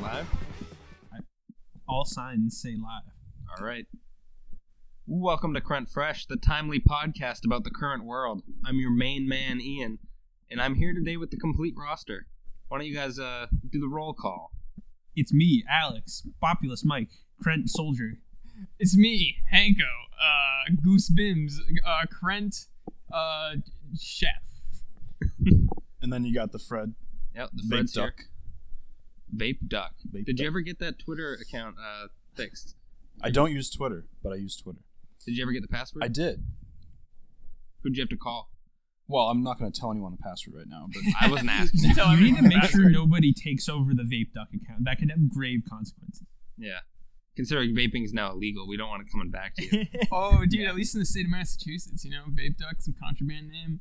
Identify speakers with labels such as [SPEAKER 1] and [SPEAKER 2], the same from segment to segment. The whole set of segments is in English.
[SPEAKER 1] live?
[SPEAKER 2] All signs say live.
[SPEAKER 1] All right. Welcome to Current Fresh, the timely podcast about the current world. I'm your main man, Ian, and I'm here today with the complete roster. Why don't you guys uh, do the roll call?
[SPEAKER 2] It's me, Alex, Populous Mike, Krent Soldier.
[SPEAKER 3] It's me, Hanko, uh, Goose Bims, uh, Krent, uh, Chef.
[SPEAKER 4] And then you got the Fred
[SPEAKER 1] Yep, the
[SPEAKER 4] Big
[SPEAKER 1] Fred's here.
[SPEAKER 4] Duck.
[SPEAKER 1] Vape Duck.
[SPEAKER 4] Vape
[SPEAKER 1] Did
[SPEAKER 4] Duck.
[SPEAKER 1] you ever get that Twitter account uh, fixed?
[SPEAKER 4] I don't use Twitter, but I use Twitter.
[SPEAKER 1] Did you ever get the password?
[SPEAKER 4] I did.
[SPEAKER 1] Who'd you have to call?
[SPEAKER 4] Well, I'm not going to tell anyone the password right now, but
[SPEAKER 1] I wasn't asking.
[SPEAKER 3] Just tell
[SPEAKER 2] you need to
[SPEAKER 3] everyone
[SPEAKER 2] make
[SPEAKER 3] about
[SPEAKER 2] sure
[SPEAKER 3] it.
[SPEAKER 2] nobody takes over the Vape Duck account. That could have grave consequences.
[SPEAKER 1] yeah. Considering vaping is now illegal, we don't want it coming back to you.
[SPEAKER 3] Oh, dude, at least in the state of Massachusetts, you know, Vape Duck, some contraband name.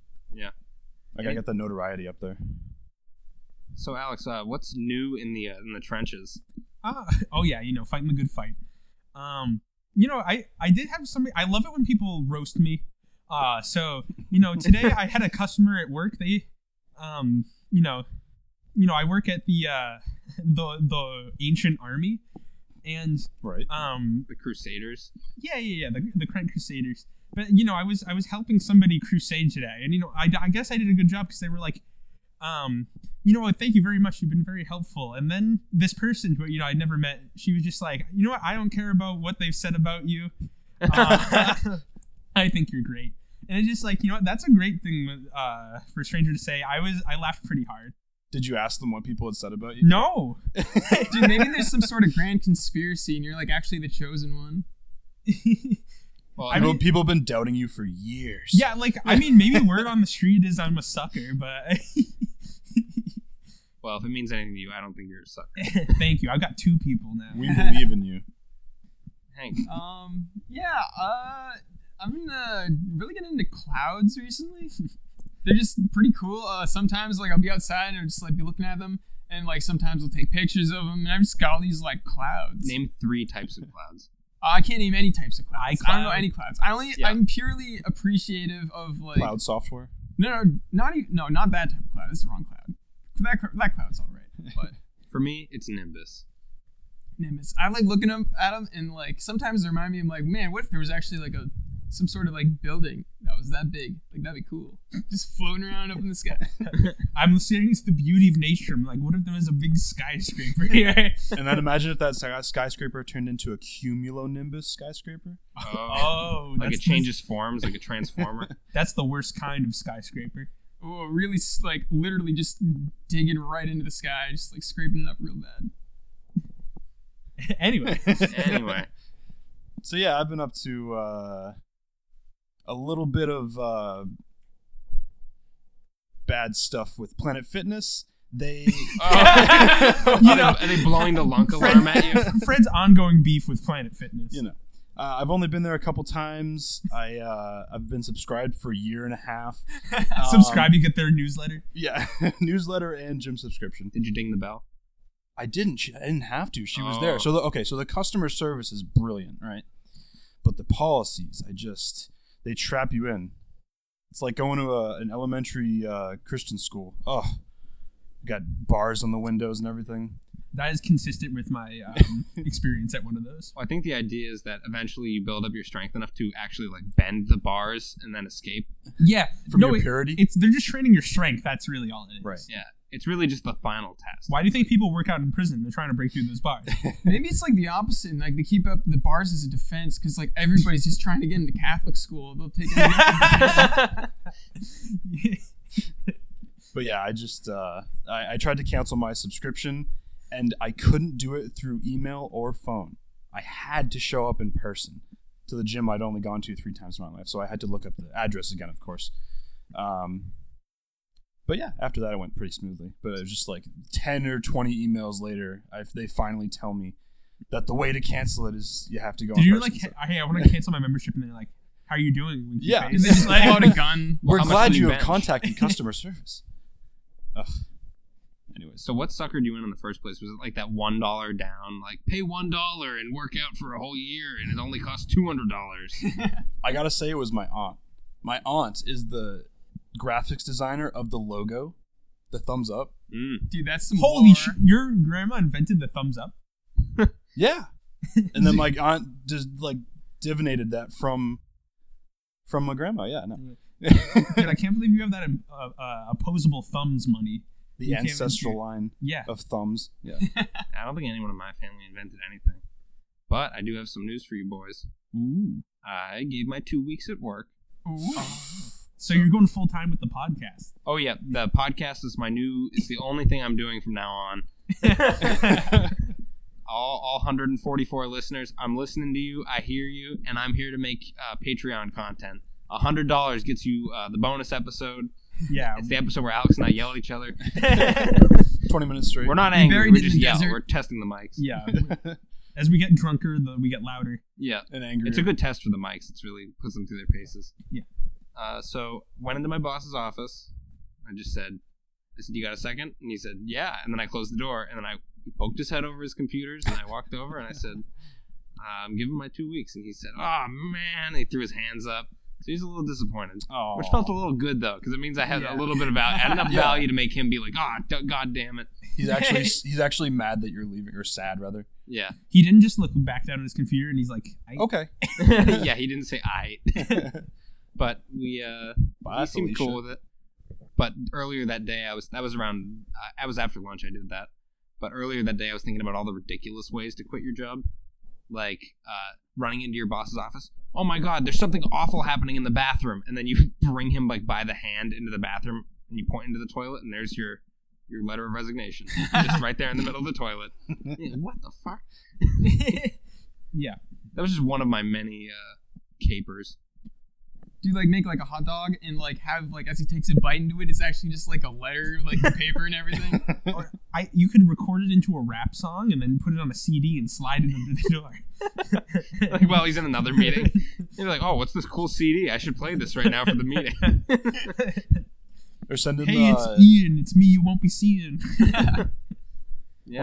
[SPEAKER 4] I got to get the notoriety up there.
[SPEAKER 1] So, Alex, uh, what's new in the uh, in the trenches?
[SPEAKER 2] Ah, oh yeah, you know, fighting the good fight. Um, you know, I I did have somebody. I love it when people roast me. Uh, so you know, today I had a customer at work. They, um, you know, you know, I work at the uh, the the ancient army, and
[SPEAKER 4] Right.
[SPEAKER 2] um,
[SPEAKER 1] The Crusaders.
[SPEAKER 2] yeah, yeah, yeah, the the Krent Crusaders. But you know, I was I was helping somebody crusade today, and you know, I, I guess I did a good job because they were like, um, you know what, thank you very much, you've been very helpful. And then this person who you know I never met, she was just like, you know what, I don't care about what they've said about you. Uh, I think you're great, and it's just like you know what, that's a great thing uh, for a stranger to say. I was I laughed pretty hard.
[SPEAKER 4] Did you ask them what people had said about you?
[SPEAKER 2] No,
[SPEAKER 3] Dude, maybe there's some sort of grand conspiracy and you're like actually the chosen one.
[SPEAKER 1] Well,
[SPEAKER 4] People, people have been doubting you for years.
[SPEAKER 2] yeah, like I mean, maybe word on the street is I'm a sucker, but.
[SPEAKER 1] well, if it means anything to you, I don't think you're a sucker.
[SPEAKER 2] Thank you. I've got two people now.
[SPEAKER 4] We believe in you.
[SPEAKER 1] Hank,
[SPEAKER 3] Um, yeah, uh, I'm gonna really get into clouds recently. They're just pretty cool. Uh, sometimes like I'll be outside and I'll just like be looking at them, and like sometimes I'll take pictures of them, and I've just got all these like clouds.
[SPEAKER 1] name three types of clouds.
[SPEAKER 3] Uh, I can't name any types of clouds. I don't know
[SPEAKER 2] iCloud.
[SPEAKER 3] any clouds. I only
[SPEAKER 1] Yeah.
[SPEAKER 3] I'm purely appreciative of like
[SPEAKER 4] Cloud software.
[SPEAKER 3] no no not even no Oh, not that type of cloud. It's the wrong cloud. That cl- that cloud's all right, but.
[SPEAKER 1] For me, it's Nimbus.
[SPEAKER 3] Nimbus. I like looking up at them and like sometimes they remind me. I'm like, man, what if there was actually like a some sort of like building that was that big? Like that'd be cool. Just floating around up in the sky.
[SPEAKER 2] I'm staring at the beauty of nature. I'm like, what if there was a big skyscraper here?
[SPEAKER 4] And then imagine if that sky- skyscraper turned into a cumulonimbus skyscraper.
[SPEAKER 2] oh,
[SPEAKER 1] like
[SPEAKER 2] that's
[SPEAKER 1] it changes forms, like a transformer.
[SPEAKER 2] The, that's the worst kind of skyscraper.
[SPEAKER 3] Oh, really? s- Like literally just digging right into the sky, just like scraping it up real bad.
[SPEAKER 2] anyway,
[SPEAKER 1] anyway,
[SPEAKER 4] So yeah, I've been up to uh, a little bit of uh, bad stuff with Planet Fitness. They
[SPEAKER 1] you know, are they blowing the lunk alarm at you?
[SPEAKER 2] Fred's ongoing beef with Planet Fitness.
[SPEAKER 4] you know uh, i've only been there a couple times i uh, i've been subscribed for a year and a half Um,
[SPEAKER 2] Subscribe, you get their newsletter.
[SPEAKER 4] yeah newsletter and gym subscription
[SPEAKER 1] Did you ding the bell?
[SPEAKER 4] i didn't she, i didn't have to she was
[SPEAKER 1] Oh.
[SPEAKER 4] there so the, okay so the customer service is brilliant right but the policies i just they trap you in it's like going to a, an elementary uh, christian school oh got bars on the windows and everything
[SPEAKER 2] That is consistent with my um, experience at one of those.
[SPEAKER 1] Well, I think the idea is that eventually you build up your strength enough to actually like bend the bars and then escape.
[SPEAKER 2] Yeah,
[SPEAKER 4] from
[SPEAKER 2] no,
[SPEAKER 4] your
[SPEAKER 2] it-
[SPEAKER 4] purity
[SPEAKER 2] it's they're just training your strength. That's really all it is.
[SPEAKER 4] Right.
[SPEAKER 1] Yeah, it's really just the final test.
[SPEAKER 2] Why do you think people work out in prison? They're trying to break through those bars.
[SPEAKER 3] Maybe it's like the opposite. And, like they keep up the bars as a defense because like everybody's just trying to get into Catholic school. They'll take.
[SPEAKER 4] But yeah, I just uh, I, I tried to cancel my subscription, and I couldn't do it through email or phone. I had to show up in person to the gym I'd only gone to three times in my life, so I had to look up the address again, of course. Um, but yeah, after that, it went pretty smoothly. But it was just like ten or twenty emails later, I, they finally tell me that the way to cancel it is you have to go.
[SPEAKER 2] Did
[SPEAKER 4] in
[SPEAKER 2] you
[SPEAKER 4] person,
[SPEAKER 2] like,
[SPEAKER 4] so-
[SPEAKER 2] hey, I want to cancel my membership, and they're like, how are you doing? winky
[SPEAKER 4] Yeah.
[SPEAKER 2] face?"
[SPEAKER 3] They just pull out a gun.
[SPEAKER 4] We're
[SPEAKER 1] how much
[SPEAKER 4] glad
[SPEAKER 1] will you
[SPEAKER 4] you have
[SPEAKER 1] bench?
[SPEAKER 4] contacted customer service. Ugh. Anyways.
[SPEAKER 1] So what suckered you in in the first place? Was it like that one dollar down, like pay one dollar and work out for a whole year, and it only costs two hundred dollars?
[SPEAKER 4] I gotta say it was my aunt. My aunt is the graphics designer of the logo The thumbs up.
[SPEAKER 1] Mm.
[SPEAKER 3] Dude, that's some
[SPEAKER 2] Holy
[SPEAKER 3] lore.
[SPEAKER 2] sh! Your grandma invented the thumbs up.
[SPEAKER 4] Yeah. and then my aunt just like divinated that from from my grandma. Yeah, no.
[SPEAKER 2] Dude, I can't believe you have that um, uh, uh, opposable thumbs money.
[SPEAKER 4] the
[SPEAKER 2] You can't even
[SPEAKER 4] ancestral
[SPEAKER 2] see.
[SPEAKER 4] line
[SPEAKER 2] Yeah.
[SPEAKER 4] of thumbs. Yeah.
[SPEAKER 1] I don't think anyone in my family invented anything. But I do have some news for you boys.
[SPEAKER 2] Ooh.
[SPEAKER 1] I gave my two weeks at work.
[SPEAKER 3] Ooh.
[SPEAKER 4] Oh.
[SPEAKER 2] So you're going full time with the podcast.
[SPEAKER 1] Oh yeah, the podcast is my new. It's the only thing I'm doing from now on. all, all 144 listeners, I'm listening to you. I hear you, and I'm here to make uh, Patreon content. A hundred dollars gets you uh, the bonus episode.
[SPEAKER 2] Yeah.
[SPEAKER 1] It's the episode where Alex and I yell at each other.
[SPEAKER 4] Twenty minutes straight.
[SPEAKER 1] We're not angry.
[SPEAKER 3] Buried
[SPEAKER 1] We
[SPEAKER 3] in
[SPEAKER 1] just
[SPEAKER 3] the
[SPEAKER 1] yell.
[SPEAKER 3] desert.
[SPEAKER 1] We're testing the mics.
[SPEAKER 2] Yeah. As we get drunker, the, we get louder.
[SPEAKER 1] Yeah,
[SPEAKER 4] an angry.
[SPEAKER 1] It's a good test for the mics. It's really puts them through their paces.
[SPEAKER 2] Yeah.
[SPEAKER 1] Uh, so went into my boss's office. I just said, I said, "You got a second? And he said, "Yeah." And then I closed the door, and then I he poked his head over his computers, and I walked over and I said, "I'm giving my two weeks." And he said, "Oh man!" He threw his hands up. So he's a little disappointed,
[SPEAKER 4] Aw.
[SPEAKER 1] which felt a little good though, because it means I had a
[SPEAKER 2] Yeah.
[SPEAKER 1] little bit of value, had enough
[SPEAKER 4] Yeah.
[SPEAKER 1] value to make him be like, "Ah, d- god damn it!"
[SPEAKER 4] He's actually he's actually mad that you're leaving or sad rather.
[SPEAKER 1] Yeah,
[SPEAKER 2] He didn't just look back down at his computer and he's like, I,
[SPEAKER 3] Oh.
[SPEAKER 4] Okay.
[SPEAKER 1] yeah. He didn't say I, but we uh,
[SPEAKER 4] Bye,
[SPEAKER 1] he seemed
[SPEAKER 4] Felicia.
[SPEAKER 1] cool with it. But earlier that day, I was that was around. I I was after lunch. I did that. But earlier that day, I was thinking about all the ridiculous ways to quit your job, like uh, running into your boss's office. Oh my God! There's something awful happening in the bathroom, and then you bring him like by the hand into the bathroom, and you point into the toilet, and there's your your letter of resignation, just right there in the middle of the toilet. Yeah, what the fuck?
[SPEAKER 2] Yeah.
[SPEAKER 1] That was just one of my many uh, capers.
[SPEAKER 3] Do you like make like a hot dog and like have like as he takes a bite into it, it's actually just like a letter, like the paper and everything.
[SPEAKER 2] Or I, you could record it into a rap song and then put it on a CD and slide it under the door.
[SPEAKER 1] like while he's in another meeting. You're like, oh, what's this cool CD? I should play this right now for the meeting.
[SPEAKER 4] Or send in
[SPEAKER 2] hey,
[SPEAKER 4] the, uh,
[SPEAKER 1] E.
[SPEAKER 2] it's Ian. It's me. You won't be seeing.
[SPEAKER 4] one of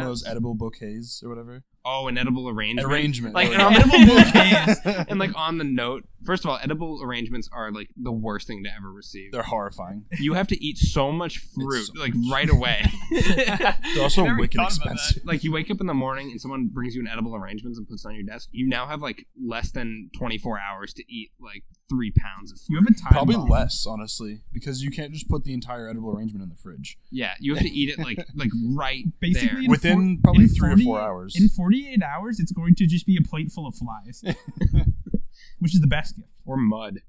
[SPEAKER 4] those edible bouquets or whatever.
[SPEAKER 1] Oh, an edible arrangement.
[SPEAKER 4] Arrangement.
[SPEAKER 1] Like
[SPEAKER 4] There
[SPEAKER 1] and
[SPEAKER 4] we
[SPEAKER 1] on,
[SPEAKER 4] go.
[SPEAKER 2] Edible bouquets.
[SPEAKER 1] the, and like on the note. First of all, edible arrangements are like the worst thing to ever receive.
[SPEAKER 4] They're horrifying.
[SPEAKER 1] You have to eat so much fruit
[SPEAKER 4] so
[SPEAKER 1] like right away.
[SPEAKER 4] They're also
[SPEAKER 3] Never
[SPEAKER 4] wicked
[SPEAKER 3] thought about
[SPEAKER 4] expensive.
[SPEAKER 1] like you wake up in the morning and someone brings you an edible arrangements and puts it on your desk. You now have like less than 24 hours to eat like three pounds of
[SPEAKER 2] You
[SPEAKER 1] fruit.
[SPEAKER 2] have a time.
[SPEAKER 4] Probably
[SPEAKER 2] bomb.
[SPEAKER 4] less, honestly, because you can't just put the entire edible arrangement in the fridge.
[SPEAKER 1] Yeah, you have to eat it like like right
[SPEAKER 2] Basically, in
[SPEAKER 4] Within
[SPEAKER 2] four-
[SPEAKER 4] probably
[SPEAKER 2] in
[SPEAKER 4] three or
[SPEAKER 2] 40
[SPEAKER 4] four hours.
[SPEAKER 2] In 48 hours, it's going to just be a plate full of flies, which is the best gift.
[SPEAKER 1] there or mud.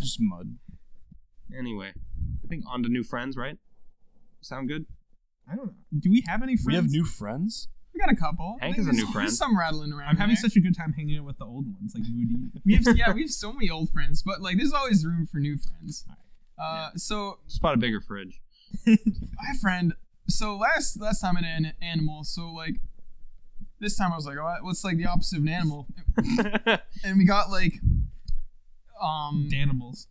[SPEAKER 4] just mud.
[SPEAKER 1] Anyway, I think on to new friends, right? Sound good?
[SPEAKER 2] I don't know. Do we have any friends?
[SPEAKER 4] We have new friends.
[SPEAKER 3] We got a couple.
[SPEAKER 1] Hank
[SPEAKER 3] I think
[SPEAKER 1] is a
[SPEAKER 3] there's-
[SPEAKER 1] new friend.
[SPEAKER 3] There's some rattling around.
[SPEAKER 2] I'm
[SPEAKER 3] in
[SPEAKER 2] having
[SPEAKER 3] there.
[SPEAKER 2] such a good time hanging out with the old ones, like Moody.
[SPEAKER 3] We have yeah, we have so many old friends, but like there's always room for new friends. Uh, so
[SPEAKER 1] Just bought a bigger fridge.
[SPEAKER 3] my friend so last last time an an animal so like this time i was like oh, what's like the opposite of an animal and we got like um
[SPEAKER 2] Animals.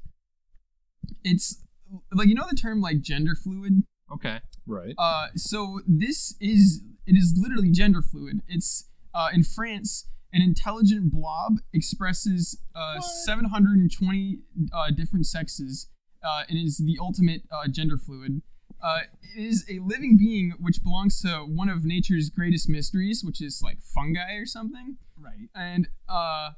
[SPEAKER 3] it's like you know the term like gender fluid
[SPEAKER 1] okay.
[SPEAKER 4] Right.
[SPEAKER 3] uh so this is it is literally gender fluid it's uh in france an intelligent blob expresses uh 720 uh different sexes uh and is the ultimate uh gender fluid uh, it is a living being which belongs to one of nature's greatest mysteries, which is like fungi or something.
[SPEAKER 2] Right.
[SPEAKER 3] And uh,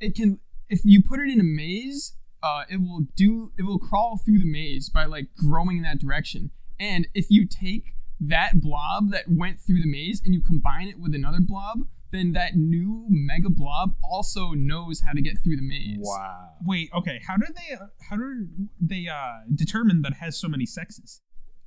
[SPEAKER 3] it can, if you put it in a maze, uh, it will do. It will crawl through the maze by like growing in that direction. And if you take that blob that went through the maze and you combine it with another blob, then that new mega blob also knows how to get through the maze.
[SPEAKER 4] Wow.
[SPEAKER 2] Wait. Okay. How do they? uh, How do they uh, determine that it has so many sexes?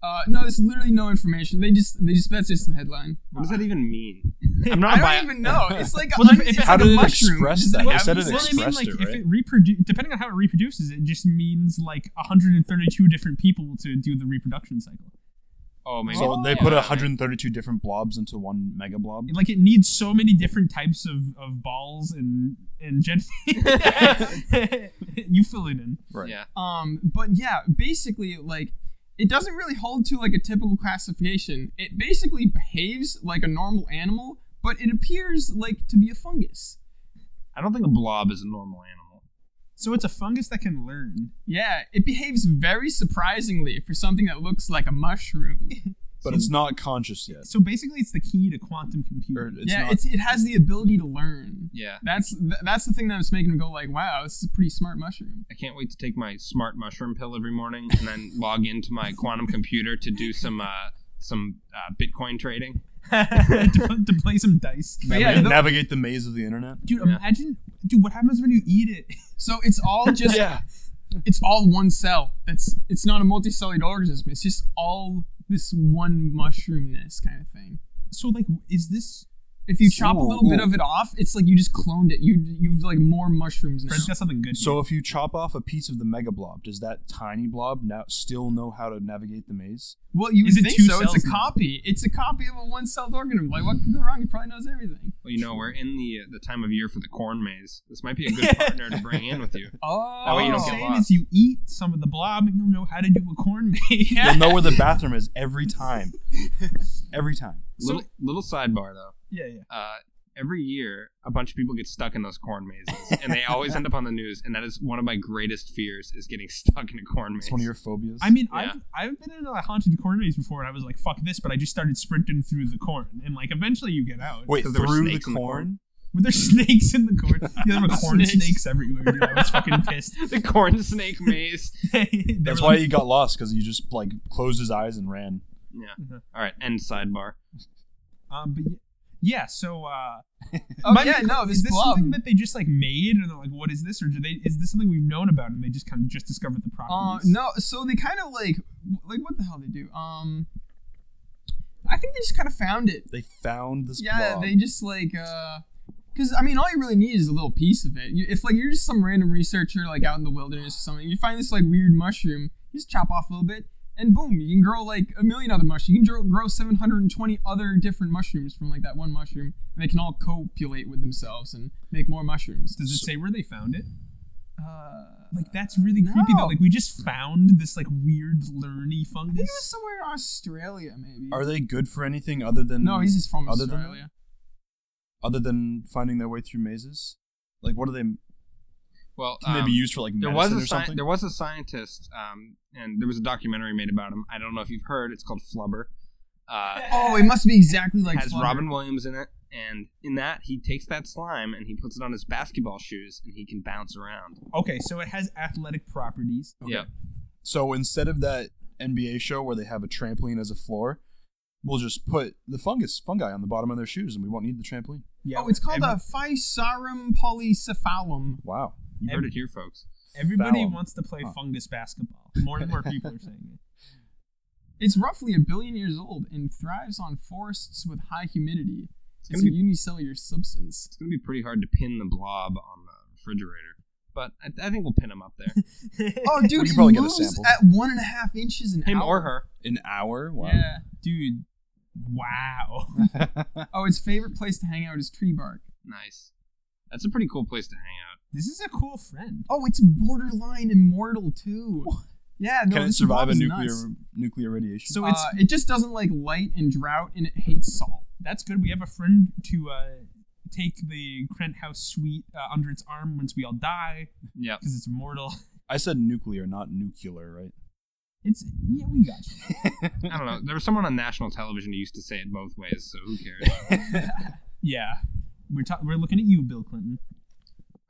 [SPEAKER 3] Uh, no, there's literally no information. They just, they just. That's just the headline.
[SPEAKER 1] What does that even mean? I'm
[SPEAKER 3] I
[SPEAKER 1] not
[SPEAKER 3] don't
[SPEAKER 1] bi-
[SPEAKER 3] even know. It's like
[SPEAKER 2] Well,
[SPEAKER 3] well,
[SPEAKER 2] if- if-
[SPEAKER 3] it's
[SPEAKER 4] How
[SPEAKER 3] like
[SPEAKER 4] did
[SPEAKER 3] a
[SPEAKER 4] it
[SPEAKER 3] mushroom.
[SPEAKER 4] express
[SPEAKER 3] Does
[SPEAKER 4] that?
[SPEAKER 3] have
[SPEAKER 4] It said
[SPEAKER 3] these
[SPEAKER 4] it
[SPEAKER 3] little-
[SPEAKER 2] Well, I mean,
[SPEAKER 4] expressed
[SPEAKER 2] like
[SPEAKER 4] it,
[SPEAKER 2] if
[SPEAKER 4] right?
[SPEAKER 2] it reproduce, depending on how it reproduces, it just means like 132 different people to do the reproduction cycle.
[SPEAKER 1] Oh, maybe.
[SPEAKER 4] So
[SPEAKER 1] Oh,
[SPEAKER 4] they
[SPEAKER 1] yeah,
[SPEAKER 4] put
[SPEAKER 1] maybe.
[SPEAKER 4] 132 different blobs into one mega blob.
[SPEAKER 2] Like it needs so many different types of, of balls and and gen- You fill it in.
[SPEAKER 4] Right.
[SPEAKER 1] Yeah.
[SPEAKER 3] Um, but yeah, basically, like it doesn't really hold to like a typical classification. It basically behaves like a normal animal, but it appears like to be a fungus.
[SPEAKER 1] I don't think a blob is a normal animal.
[SPEAKER 2] So it's a fungus that can learn.
[SPEAKER 3] Yeah, it behaves very surprisingly for something that looks like a mushroom.
[SPEAKER 4] but it's not conscious yet.
[SPEAKER 2] So basically, it's the key to quantum computing.
[SPEAKER 4] Or it's
[SPEAKER 3] yeah,
[SPEAKER 4] not,
[SPEAKER 3] it's it has the ability to learn.
[SPEAKER 1] Yeah.
[SPEAKER 3] That's th- that's the thing that's making him go like, wow, this is a pretty smart mushroom.
[SPEAKER 1] I can't wait to take my smart mushroom pill every morning and then log into my quantum computer to do some uh, some uh, Bitcoin trading.
[SPEAKER 2] to, to play some dice.
[SPEAKER 3] But
[SPEAKER 4] navigate,
[SPEAKER 3] yeah, the-
[SPEAKER 4] navigate the maze of the internet.
[SPEAKER 2] Dude,
[SPEAKER 1] Yeah.
[SPEAKER 2] imagine, dude, what happens when you eat it?
[SPEAKER 3] so it's all just
[SPEAKER 4] Yeah,
[SPEAKER 3] it's all one cell. That's it's not a multicellular organism. It's just all this one mushroomness kind of thing.
[SPEAKER 2] So, like, is this?
[SPEAKER 3] If you chop a
[SPEAKER 4] Ooh,
[SPEAKER 3] little bit
[SPEAKER 4] ooh.
[SPEAKER 3] of it off, it's like you just cloned it. You you've like more mushrooms now.
[SPEAKER 2] Fred's got something good.
[SPEAKER 4] So if you chop off a piece of the mega blob, does that tiny blob now still know how to navigate the maze?
[SPEAKER 3] Well, you
[SPEAKER 2] Is
[SPEAKER 3] would
[SPEAKER 2] it
[SPEAKER 3] think
[SPEAKER 2] two
[SPEAKER 3] so. It's
[SPEAKER 2] cells
[SPEAKER 3] a
[SPEAKER 2] now?
[SPEAKER 3] copy. It's a copy of a one-celled organism. Like what could go wrong? He probably knows everything.
[SPEAKER 1] Well, you know, we're in the uh, the time of year for the corn maze. This might be a good partner to bring in with you.
[SPEAKER 3] Oh,
[SPEAKER 1] That way you
[SPEAKER 2] What
[SPEAKER 1] don't
[SPEAKER 2] I'm
[SPEAKER 1] get
[SPEAKER 2] saying
[SPEAKER 1] lost.
[SPEAKER 2] is, you eat some of the blob, and you'll know how to do a corn maze.
[SPEAKER 4] You'll know where the bathroom is every time. Every time.
[SPEAKER 1] Little little sidebar though.
[SPEAKER 2] yeah, yeah.
[SPEAKER 1] Uh, every year, a bunch of people get stuck in those corn mazes, and they always end up on the news. And that is one of my greatest fears: is getting stuck in a corn maze.
[SPEAKER 4] It's one of your phobias.
[SPEAKER 2] I mean,
[SPEAKER 1] Yeah.
[SPEAKER 2] I've, I've been in a haunted corn maze before, and I was like, "Fuck this!" But I just started sprinting through the corn, and like eventually you get out.
[SPEAKER 4] wait,
[SPEAKER 1] 'Cause there were
[SPEAKER 4] through the
[SPEAKER 1] snakes in the
[SPEAKER 4] corn?
[SPEAKER 2] Were there snakes in the corn? Yeah, there were corn
[SPEAKER 3] Snakes.
[SPEAKER 2] snakes everywhere. Dude. I was fucking pissed.
[SPEAKER 1] the corn snake maze.
[SPEAKER 2] They
[SPEAKER 4] That's
[SPEAKER 2] were
[SPEAKER 4] why
[SPEAKER 2] like-
[SPEAKER 4] he got lost because he just like closed his eyes and ran. Mm-hmm.
[SPEAKER 1] Yeah. All right. End sidebar.
[SPEAKER 2] um, but y- yeah, so uh,
[SPEAKER 3] oh
[SPEAKER 2] my-
[SPEAKER 3] yeah, no, this
[SPEAKER 2] is this
[SPEAKER 3] blob.
[SPEAKER 2] something that they just like made, and they're like, "What is this?" Or do they? Is this something we've known about, and they just kind of just discovered the
[SPEAKER 3] Um,
[SPEAKER 2] properties?
[SPEAKER 3] no, so they kind of like, like what the hell they do? Um, I think they just kind of found it.
[SPEAKER 4] They found this
[SPEAKER 3] Yeah,
[SPEAKER 4] blob.
[SPEAKER 3] they just like, uh, because I mean, all you really need is a little piece of it. You, if like you're just some random researcher like out in the wilderness or something, you find this like weird mushroom, you just chop off a little bit, and boom, you can grow like a million other mushrooms. You can grow, grow 720 other different mushrooms from like that one mushroom, and they can all copulate with themselves and make more mushrooms.
[SPEAKER 2] Does it say where they found it?
[SPEAKER 3] Uh,
[SPEAKER 2] Like that's really creepy
[SPEAKER 3] No.
[SPEAKER 2] though. Like we just found this like weird learny
[SPEAKER 3] I think it was
[SPEAKER 2] fungus.
[SPEAKER 3] somewhere in Australia, maybe.
[SPEAKER 4] Are they good for anything other than
[SPEAKER 3] no, he's just from
[SPEAKER 4] other than-
[SPEAKER 3] Australia.
[SPEAKER 4] other than finding their way through mazes? Like what are they can
[SPEAKER 1] Well,
[SPEAKER 4] they
[SPEAKER 1] um,
[SPEAKER 4] be used for like
[SPEAKER 1] there
[SPEAKER 4] medicine
[SPEAKER 1] was a
[SPEAKER 4] or something?
[SPEAKER 1] sci- there was a scientist, um, and there was a documentary made about him. I don't know if you've heard. It's called Flubber. Uh,
[SPEAKER 3] Oh, it must be exactly like
[SPEAKER 1] has
[SPEAKER 3] Flubber.
[SPEAKER 1] Robin Williams in it, and in that he takes that slime and he puts it on his basketball shoes, and he can bounce around.
[SPEAKER 2] Okay, so it has athletic properties.
[SPEAKER 4] Okay.
[SPEAKER 1] Yeah,
[SPEAKER 4] So instead of that NBA show where they have a trampoline as a floor, we'll just put the fungus fungi on the bottom of their shoes and we won't need the trampoline.
[SPEAKER 2] Yeah.
[SPEAKER 3] Oh, it's called
[SPEAKER 2] every-
[SPEAKER 3] a physarum polycephalum.
[SPEAKER 4] Wow.
[SPEAKER 1] you heard it here, folks.
[SPEAKER 2] Everybody
[SPEAKER 4] Foul.
[SPEAKER 2] wants to play
[SPEAKER 4] Huh.
[SPEAKER 2] fungus basketball. More and more people are saying it.
[SPEAKER 3] It's roughly a billion years old and thrives on forests with high humidity. It's,
[SPEAKER 1] gonna
[SPEAKER 3] a unicellular substance.
[SPEAKER 1] It's gonna be pretty hard to pin the blob on the refrigerator, but I, I think we'll pin him up there.
[SPEAKER 3] Oh, dude,
[SPEAKER 4] could
[SPEAKER 3] it
[SPEAKER 4] probably get a
[SPEAKER 3] moves
[SPEAKER 4] sample.
[SPEAKER 3] at one and a half inches an
[SPEAKER 1] Him
[SPEAKER 3] hour.
[SPEAKER 1] or her.
[SPEAKER 4] An hour? Wow.
[SPEAKER 3] Yeah.
[SPEAKER 2] Dude, wow.
[SPEAKER 3] Oh, its favorite place to hang out is tree bark.
[SPEAKER 1] Nice. That's a pretty cool place to hang out.
[SPEAKER 2] This is a cool friend.
[SPEAKER 3] Oh, it's borderline immortal too. Yeah. No,
[SPEAKER 4] Can it
[SPEAKER 3] this
[SPEAKER 4] survive
[SPEAKER 3] blob
[SPEAKER 4] a
[SPEAKER 3] is
[SPEAKER 4] nuclear
[SPEAKER 3] Nuts.
[SPEAKER 4] nuclear radiation?
[SPEAKER 2] So
[SPEAKER 3] Uh,
[SPEAKER 2] it's
[SPEAKER 3] it just doesn't like light and drought, and it hates salt.
[SPEAKER 2] that's good. We have a friend to uh, take the Krent House suite uh, under its arm once we all die
[SPEAKER 1] Yep.
[SPEAKER 2] because it's immortal.
[SPEAKER 4] I said nuclear, not nuclear, right?
[SPEAKER 2] It's yeah, we got you.
[SPEAKER 1] I don't know. There was someone on national television who used to say it both ways, so who cares?
[SPEAKER 2] Yeah, we're ta- we're looking at you, Bill Clinton.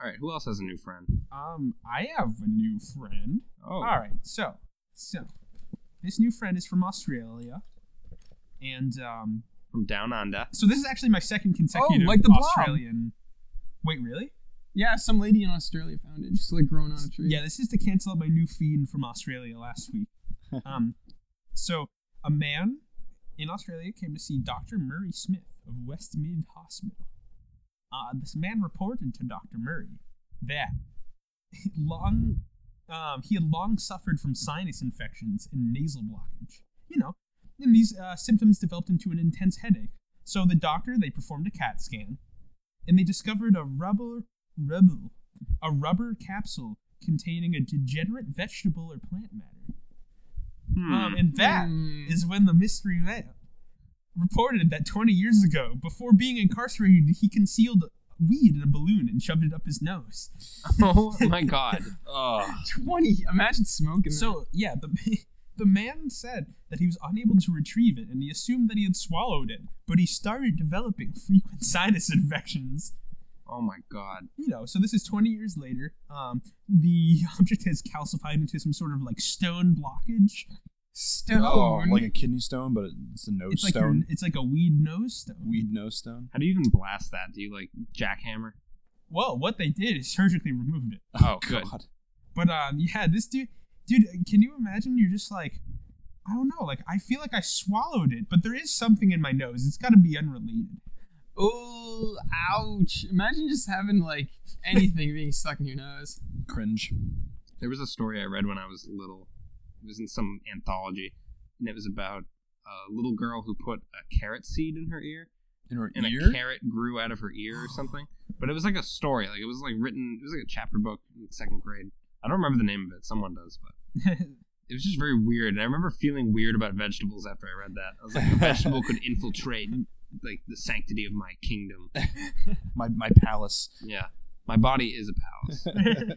[SPEAKER 1] All right. Who else has a new friend?
[SPEAKER 2] Um, I have a new friend.
[SPEAKER 1] Oh,
[SPEAKER 2] All right, so so this new friend is from Australia, and um,
[SPEAKER 1] from down under.
[SPEAKER 2] So this is actually my second consecutive
[SPEAKER 3] like the blob.
[SPEAKER 2] Australian. Wait, really?
[SPEAKER 3] Yeah, some lady in Australia found it, just like growing on a tree.
[SPEAKER 2] Yeah, this is to cancel out my new fiend from Australia last week. um, so a man in Australia came to see Dr. Murray Smith of Westmead Hospital. Uh, this man reported to Dr. Murray that long um, he had long suffered from sinus infections and nasal blockage. You know, and these uh, symptoms developed into an intense headache. So the doctor they performed a CAT scan, and they discovered a rubber rubble, a rubber capsule containing a degenerate vegetable or plant matter.
[SPEAKER 1] Hmm.
[SPEAKER 2] Um, and that is
[SPEAKER 3] Hmm.
[SPEAKER 2] when the mystery man reported that 20 years ago, before being incarcerated, he concealed weed in a balloon and shoved it up his nose.
[SPEAKER 1] Oh my god.
[SPEAKER 4] Ugh.
[SPEAKER 3] Twenty. Imagine smoking. that.
[SPEAKER 2] So yeah, the ma- the man said that he was unable to retrieve it, and he assumed that he had swallowed it. But he started developing frequent sinus infections.
[SPEAKER 1] Oh my god.
[SPEAKER 2] You know, so this is 20 years later. Um, the object has calcified into some sort of like stone blockage.
[SPEAKER 3] stone.
[SPEAKER 4] Oh, like a kidney stone, but it's a nose
[SPEAKER 2] It's like your,
[SPEAKER 4] stone.
[SPEAKER 2] it's like a weed nose stone.
[SPEAKER 4] Weed nose stone.
[SPEAKER 1] How do you even blast that? Do you like jackhammer?
[SPEAKER 2] Well, what they did is surgically removed it.
[SPEAKER 1] Oh, good.
[SPEAKER 4] God.
[SPEAKER 2] But um, yeah, this dude, dude, can you imagine? You're just like, I don't know. Like, I feel like I swallowed it, but there is something in my nose. It's got to be unrelated.
[SPEAKER 3] oh, ouch! Imagine just having like anything being stuck in your nose.
[SPEAKER 4] Cringe.
[SPEAKER 1] There was a story I read when I was little. It was in some anthology, and it was about a little girl who put a carrot seed in her ear,
[SPEAKER 4] In her
[SPEAKER 1] and
[SPEAKER 4] ear.
[SPEAKER 1] a carrot grew out of her ear or something. But it was like a story. Like it was like written. It was like a chapter book in second grade. I don't remember the name of it. Someone does, but it was just very weird. And I remember feeling weird about vegetables after I read that. I was like, a vegetable could infiltrate like the sanctity of my kingdom.
[SPEAKER 4] my my palace.
[SPEAKER 1] Yeah, my body is a palace.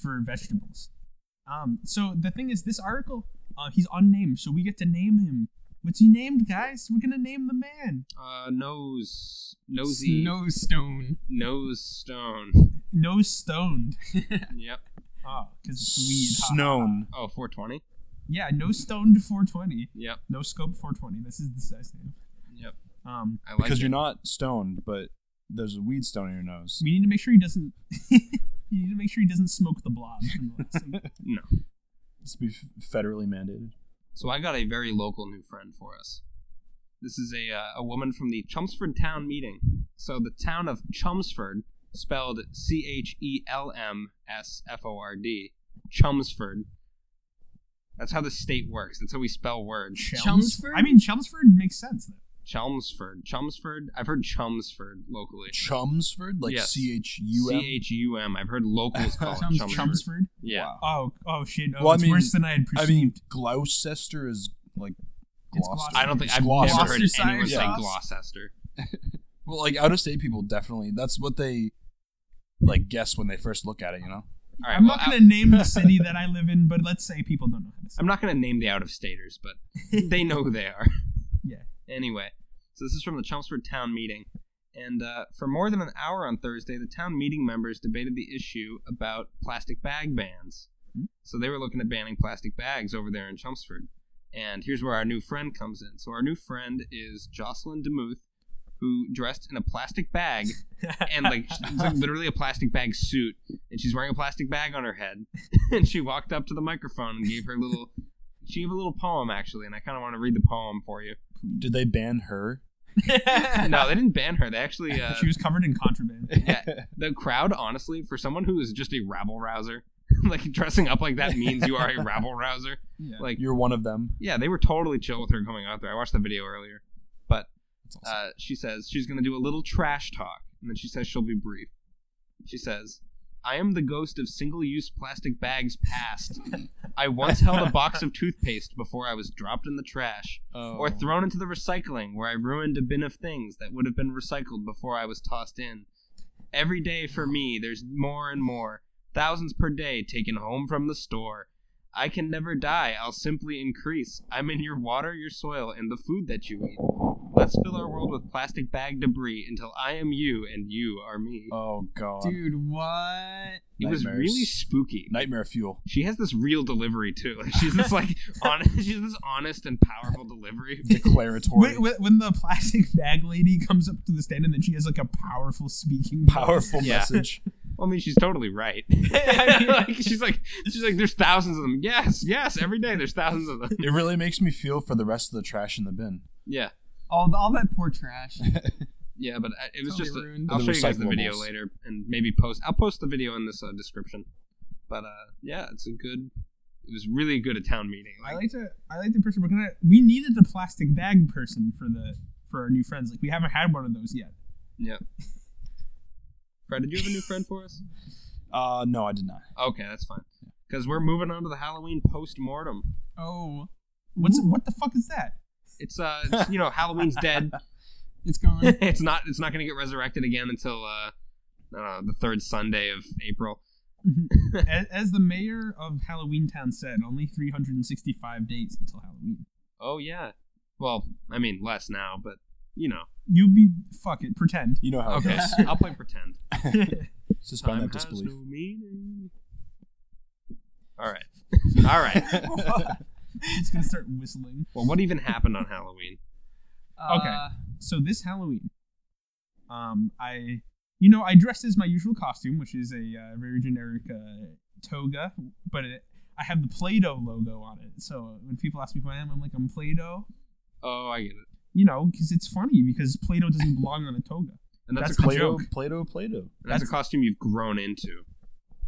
[SPEAKER 2] for vegetables. Um, so the thing is, this article, uh, he's unnamed, so we get to name him. What's he named, guys? We're gonna name the man.
[SPEAKER 1] Uh, nose, nosy,
[SPEAKER 3] Snow Oh, stone.
[SPEAKER 1] nose stone.
[SPEAKER 2] Nose stoned.
[SPEAKER 1] Yep.
[SPEAKER 2] Oh, because it's weed. Ha, ha, ha.
[SPEAKER 4] Snone.
[SPEAKER 1] Oh, 420?
[SPEAKER 2] Yeah, no stoned 420.
[SPEAKER 1] Yep.
[SPEAKER 2] No scope 420. This is the size name.
[SPEAKER 1] Yep.
[SPEAKER 2] Um,
[SPEAKER 1] I like
[SPEAKER 4] Because
[SPEAKER 1] it.
[SPEAKER 4] you're not stoned, but there's a weed stone in your nose.
[SPEAKER 2] we need to make sure he doesn't. you need to make sure he doesn't smoke the blob. From the last thing.
[SPEAKER 1] No.
[SPEAKER 4] It's to be f- federally mandated.
[SPEAKER 1] So I got a very local new friend for us. This is a, uh, a woman from the Chelmsford Town Meeting. So the town of Chelmsford, spelled C H E L M S F O R D, Chelmsford. That's how the state works. That's how we spell words.
[SPEAKER 2] Chelms-
[SPEAKER 3] Chelmsford?
[SPEAKER 2] I mean, Chelmsford makes sense though.
[SPEAKER 1] Chelmsford. Chelmsford. I've heard Chelmsford locally.
[SPEAKER 4] Chumsford, like
[SPEAKER 1] Yes.
[SPEAKER 4] C H U M.
[SPEAKER 1] C H U M. I've heard locals call it
[SPEAKER 3] Chelmsford.
[SPEAKER 1] Chelmsford.
[SPEAKER 2] Chelmsford.
[SPEAKER 1] Yeah.
[SPEAKER 4] Wow.
[SPEAKER 2] Oh, oh shit. Oh,
[SPEAKER 4] Well, I
[SPEAKER 2] it's
[SPEAKER 4] mean-
[SPEAKER 2] worse than I had
[SPEAKER 4] I
[SPEAKER 2] perceived.
[SPEAKER 4] mean, Gloucester is like
[SPEAKER 2] It's
[SPEAKER 4] Gloucester.
[SPEAKER 2] Gloucester.
[SPEAKER 1] I don't think
[SPEAKER 4] It's
[SPEAKER 1] I've
[SPEAKER 4] Gloucester.
[SPEAKER 1] never heard anyone say
[SPEAKER 4] Gloucester.
[SPEAKER 1] Gloucester.
[SPEAKER 4] Well, like out of state people, definitely. That's what they like guess when they first look at it. You know,
[SPEAKER 1] All right,
[SPEAKER 2] I'm
[SPEAKER 1] well,
[SPEAKER 2] not gonna name the city that I live in, but let's say people don't know how to say.
[SPEAKER 1] I'm not going to name the out of staters, but they know who they are.
[SPEAKER 2] Yeah.
[SPEAKER 1] Anyway, so this is from the Chelmsford town meeting. And uh, for more than an hour on Thursday, the town meeting members debated the issue about plastic bag bans. So they were looking at banning plastic bags over there in Chelmsford. And here's where our new friend comes in. So our new friend is Jocelyn DeMuth, who dressed in a plastic bag
[SPEAKER 2] it.
[SPEAKER 1] and like it's like literally a plastic bag suit, and she's wearing a plastic bag on her head, and she walked up to the microphone and gave her little. She gave a little poem actually, and I kind of want to read the poem for you.
[SPEAKER 4] did they ban her?
[SPEAKER 1] No, they didn't ban her. They actually uh,
[SPEAKER 2] she was covered in contraband.
[SPEAKER 1] the crowd honestly for someone who is just a rabble rouser, like dressing up like that means you are a rabble rouser.
[SPEAKER 2] Yeah.
[SPEAKER 1] Like
[SPEAKER 4] You're one of them.
[SPEAKER 1] yeah, they were totally chill with her coming out there. I watched the video earlier, but
[SPEAKER 4] That's awesome.
[SPEAKER 1] uh, she says she's going to do a little trash talk, and then she says she'll be brief. She says, I am the ghost of single use plastic bags past. I once held a box of toothpaste before I was dropped in the trash
[SPEAKER 4] Oh.
[SPEAKER 1] or thrown into the recycling where I ruined a bin of things that would have been recycled before I was tossed in. Every day for me, there's more and more. Thousands per day taken home from the store. I can never die. I'll simply increase. I'm in your water, your soil, and the food that you eat. Let's fill our world with plastic bag debris until I am you and you are me.
[SPEAKER 4] Oh god.
[SPEAKER 3] Dude, what?
[SPEAKER 1] it was
[SPEAKER 4] nightmares.
[SPEAKER 1] really spooky.
[SPEAKER 4] Nightmare fuel.
[SPEAKER 1] she has this real delivery too. Like she's this like honest, she's this honest and powerful delivery.
[SPEAKER 4] Declaratory.
[SPEAKER 2] When, when- when the plastic bag lady comes up to the stand and then she has like a powerful speaking voice.
[SPEAKER 4] Powerful
[SPEAKER 1] Yeah.
[SPEAKER 4] message.
[SPEAKER 1] Well, I mean, she's totally right. like she's like she's like there's thousands of them. Yes, yes, every day there's thousands of them.
[SPEAKER 4] It really makes me feel for the rest of the trash in the bin.
[SPEAKER 1] Yeah,
[SPEAKER 3] All, all that poor trash.
[SPEAKER 1] yeah, but I- it was
[SPEAKER 3] Totally
[SPEAKER 1] just. A,
[SPEAKER 3] ruined.
[SPEAKER 1] I'll
[SPEAKER 4] The
[SPEAKER 1] show you guys the video
[SPEAKER 4] recyclables.
[SPEAKER 1] later and maybe post. I'll post the video in this uh, description. But uh, yeah, it's a good. It was really good at town meeting.
[SPEAKER 2] I
[SPEAKER 1] Like,
[SPEAKER 2] like to I like the person we're gonna we needed a plastic bag person for the for our new friends. Like we haven't had one of those yet.
[SPEAKER 1] Fred, did you have a new friend for us?
[SPEAKER 4] Uh, no, I did not.
[SPEAKER 1] Okay, that's fine. Because we're moving on to the Halloween post mortem.
[SPEAKER 3] Oh,
[SPEAKER 2] What's what the fuck is that?
[SPEAKER 1] It's uh, it's, you know, Halloween's dead.
[SPEAKER 3] it's gone.
[SPEAKER 1] it's not. It's not going to get resurrected again until uh, uh, the third Sunday of April.
[SPEAKER 2] as, Mm-hmm. as the mayor of Halloween Town said, only 365 days until Halloween.
[SPEAKER 1] Oh yeah. Well, I mean less now, but you know.
[SPEAKER 2] You be fuck it, pretend.
[SPEAKER 4] You know how
[SPEAKER 1] Okay,
[SPEAKER 4] it goes.
[SPEAKER 1] I'll play pretend.
[SPEAKER 4] Suspend
[SPEAKER 1] Time
[SPEAKER 4] Oh, that
[SPEAKER 1] has
[SPEAKER 4] disbelief.
[SPEAKER 1] no meaning. All right. All right.
[SPEAKER 2] It's gonna start whistling.
[SPEAKER 1] Well, what even happened on Halloween?
[SPEAKER 3] Uh,
[SPEAKER 2] So this Halloween, um, I, you know, I dressed as my usual costume, which is a uh, very generic uh, toga, but it, I have the Play-Doh logo on it. So when people ask me who I am, I'm like, I'm Play-Doh.
[SPEAKER 1] Oh, I get it.
[SPEAKER 2] You know, because it's funny because Play-Doh doesn't belong on a toga.
[SPEAKER 1] And that's,
[SPEAKER 2] That's
[SPEAKER 1] a,
[SPEAKER 2] the
[SPEAKER 1] co-
[SPEAKER 4] Plato,
[SPEAKER 2] joke.
[SPEAKER 4] Plato, Plato.
[SPEAKER 1] that's a
[SPEAKER 2] that's-
[SPEAKER 1] costume you've grown into.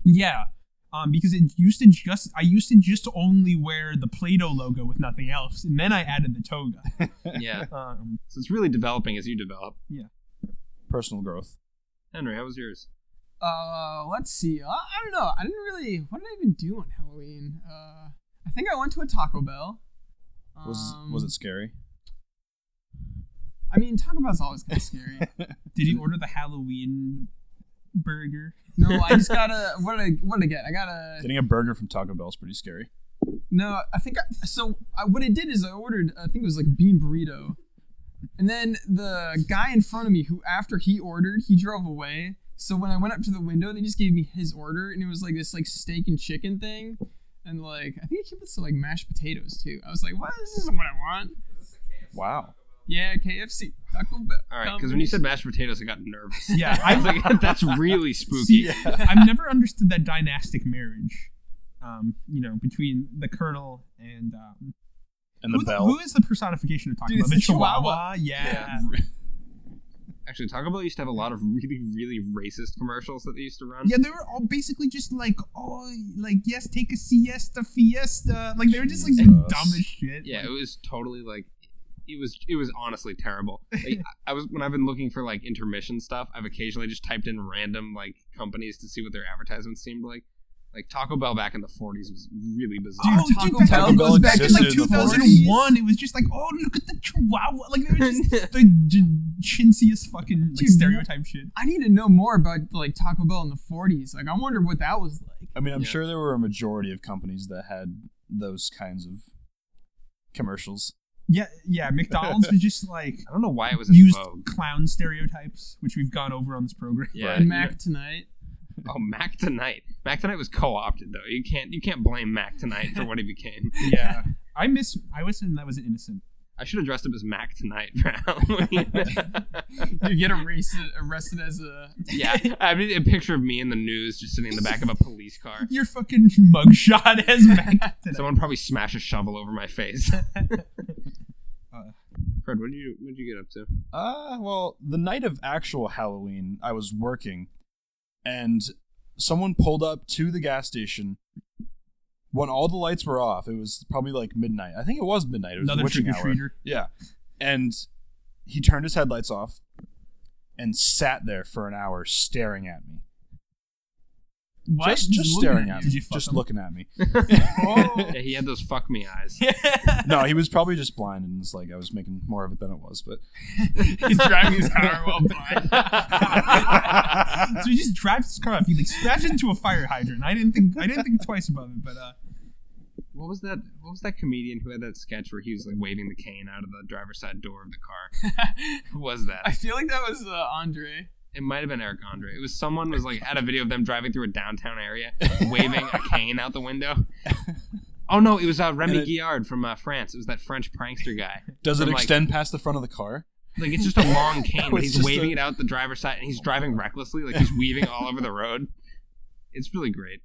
[SPEAKER 2] Yeah. Um, because it used to just I used to just only wear the Play-Doh logo with nothing else, and then I added the toga.
[SPEAKER 1] Yeah.
[SPEAKER 2] Um,
[SPEAKER 1] so it's really developing as you develop.
[SPEAKER 4] Personal growth.
[SPEAKER 1] Henry, how was yours?
[SPEAKER 3] Uh, let's see. Uh, I don't know. I didn't really. What did I even do on Halloween? Uh, I think I went to a Taco Bell.
[SPEAKER 4] Was
[SPEAKER 3] Um,
[SPEAKER 4] was it scary?
[SPEAKER 3] I mean, Taco Bell's always kind of scary.
[SPEAKER 2] did you order the Halloween burger?
[SPEAKER 3] no, I just got a. What did I? What did I get? I got a.
[SPEAKER 4] Getting a burger from Taco Bell is pretty scary.
[SPEAKER 3] No, I think I, so. I, what I did is I ordered. I think it was like a bean burrito, and then the guy in front of me, who after he ordered, he drove away. So when I went up to the window, they just gave me his order, and it was like this like steak and chicken thing, and like I think it came with some like mashed potatoes too. I was like, what? This isn't what I want.
[SPEAKER 4] Wow.
[SPEAKER 3] Yeah, KFC, Taco Bell.
[SPEAKER 1] All right, because when you said mashed potatoes, I got nervous.
[SPEAKER 2] Yeah,
[SPEAKER 1] I was
[SPEAKER 2] I
[SPEAKER 1] like, that's really spooky.
[SPEAKER 2] see. I've never understood that dynastic marriage. Um, you know, between the colonel and um,
[SPEAKER 4] And the
[SPEAKER 2] who,
[SPEAKER 4] bell.
[SPEAKER 2] who is the personification of Taco
[SPEAKER 3] Dude,
[SPEAKER 2] Bell?
[SPEAKER 3] it's
[SPEAKER 2] The
[SPEAKER 3] the
[SPEAKER 2] Chihuahua. Yeah. yeah.
[SPEAKER 1] Actually, Taco Bell used to have a lot of really, really racist commercials that they used to run.
[SPEAKER 2] they were all basically just like, oh, like yes, take a siesta, fiesta. Like they were just like
[SPEAKER 4] Jesus.
[SPEAKER 2] dumb as shit.
[SPEAKER 1] Yeah, it was totally like it was it was honestly terrible. Like, I I was when I've been looking for like intermission stuff, I've occasionally just typed in random like companies to see what their advertisements seemed like. Like Taco Bell back in the 40s was really bizarre.
[SPEAKER 2] Oh,
[SPEAKER 3] Taco
[SPEAKER 2] dude, that
[SPEAKER 3] Bell
[SPEAKER 2] Taco Bell was back in
[SPEAKER 4] existed
[SPEAKER 2] like
[SPEAKER 4] in the
[SPEAKER 2] 2001. It was just like, oh, look at the chihuahua. Like, they were just the j- chintziest fucking like,
[SPEAKER 3] Dude,
[SPEAKER 2] stereotype shit.
[SPEAKER 3] I need to know more about like Taco Bell in the 40s. Like, I wonder what that was like.
[SPEAKER 4] I mean, I'm
[SPEAKER 1] Yeah.
[SPEAKER 4] sure there were a majority of companies that had those kinds of commercials.
[SPEAKER 2] Yeah, yeah. McDonald's was just like
[SPEAKER 1] I don't know why it was in
[SPEAKER 2] used
[SPEAKER 1] vogue.
[SPEAKER 2] clown stereotypes, which we've gone over on this program.
[SPEAKER 1] Yeah.
[SPEAKER 3] And Mac tonight.
[SPEAKER 1] Oh, Mac Tonight. Mac Tonight was co-opted though. You can't you can't blame Mac Tonight for what he became.
[SPEAKER 2] Yeah, I miss. I wish that was an innocent.
[SPEAKER 1] I should have dressed up as Mac Tonight for Halloween.
[SPEAKER 3] You get arrested, arrested as a.
[SPEAKER 1] yeah, I mean a picture of me in the news just sitting in the back of a police car.
[SPEAKER 2] Your fucking mugshot as Mac today.
[SPEAKER 1] Someone probably smash a shovel over my face. Fred, what did you what did you get up to?
[SPEAKER 4] Uh, well, the night of actual Halloween, I was working, and someone pulled up to the gas station when all the lights were off. It was probably like midnight. I think it was midnight. It was
[SPEAKER 2] Another
[SPEAKER 4] the witching
[SPEAKER 2] trick or
[SPEAKER 4] hour.
[SPEAKER 2] treater.
[SPEAKER 4] Yeah, and he turned his headlights off and sat there for an hour staring at me.
[SPEAKER 2] What?
[SPEAKER 4] Just, just
[SPEAKER 2] looking
[SPEAKER 4] staring at
[SPEAKER 2] you.
[SPEAKER 4] me.
[SPEAKER 2] Did you fuck
[SPEAKER 4] just
[SPEAKER 2] him?
[SPEAKER 4] looking at me.
[SPEAKER 1] Yeah, he had those fuck me eyes.
[SPEAKER 4] No, he was probably just blind, and it's like I was making more of it than it was. But
[SPEAKER 3] He's driving his car while blind.
[SPEAKER 2] so he just drives his car off. He like smashed into a fire hydrant. I didn't think I didn't think twice about it, but uh,
[SPEAKER 1] What was that? What was that comedian who had that sketch where he was like waving the cane out of the driver's side door of the car? who was
[SPEAKER 3] I
[SPEAKER 1] that?
[SPEAKER 3] feel like that was uh, Andre.
[SPEAKER 1] It might have been Eric Andre. It was someone was like had a video of them driving through a downtown area, waving a cane out the window. Oh no, it was uh, Remy
[SPEAKER 4] And it-
[SPEAKER 1] Guillard from uh, France. It was that French prankster guy.
[SPEAKER 4] does it
[SPEAKER 1] From, like-
[SPEAKER 4] extend past the front of the car?
[SPEAKER 1] Like it's just a long cane, but
[SPEAKER 4] It's
[SPEAKER 1] he's
[SPEAKER 4] just
[SPEAKER 1] waving
[SPEAKER 4] a-
[SPEAKER 1] it out the driver's side, and he's driving recklessly, like he's weaving all over the road. It's really great.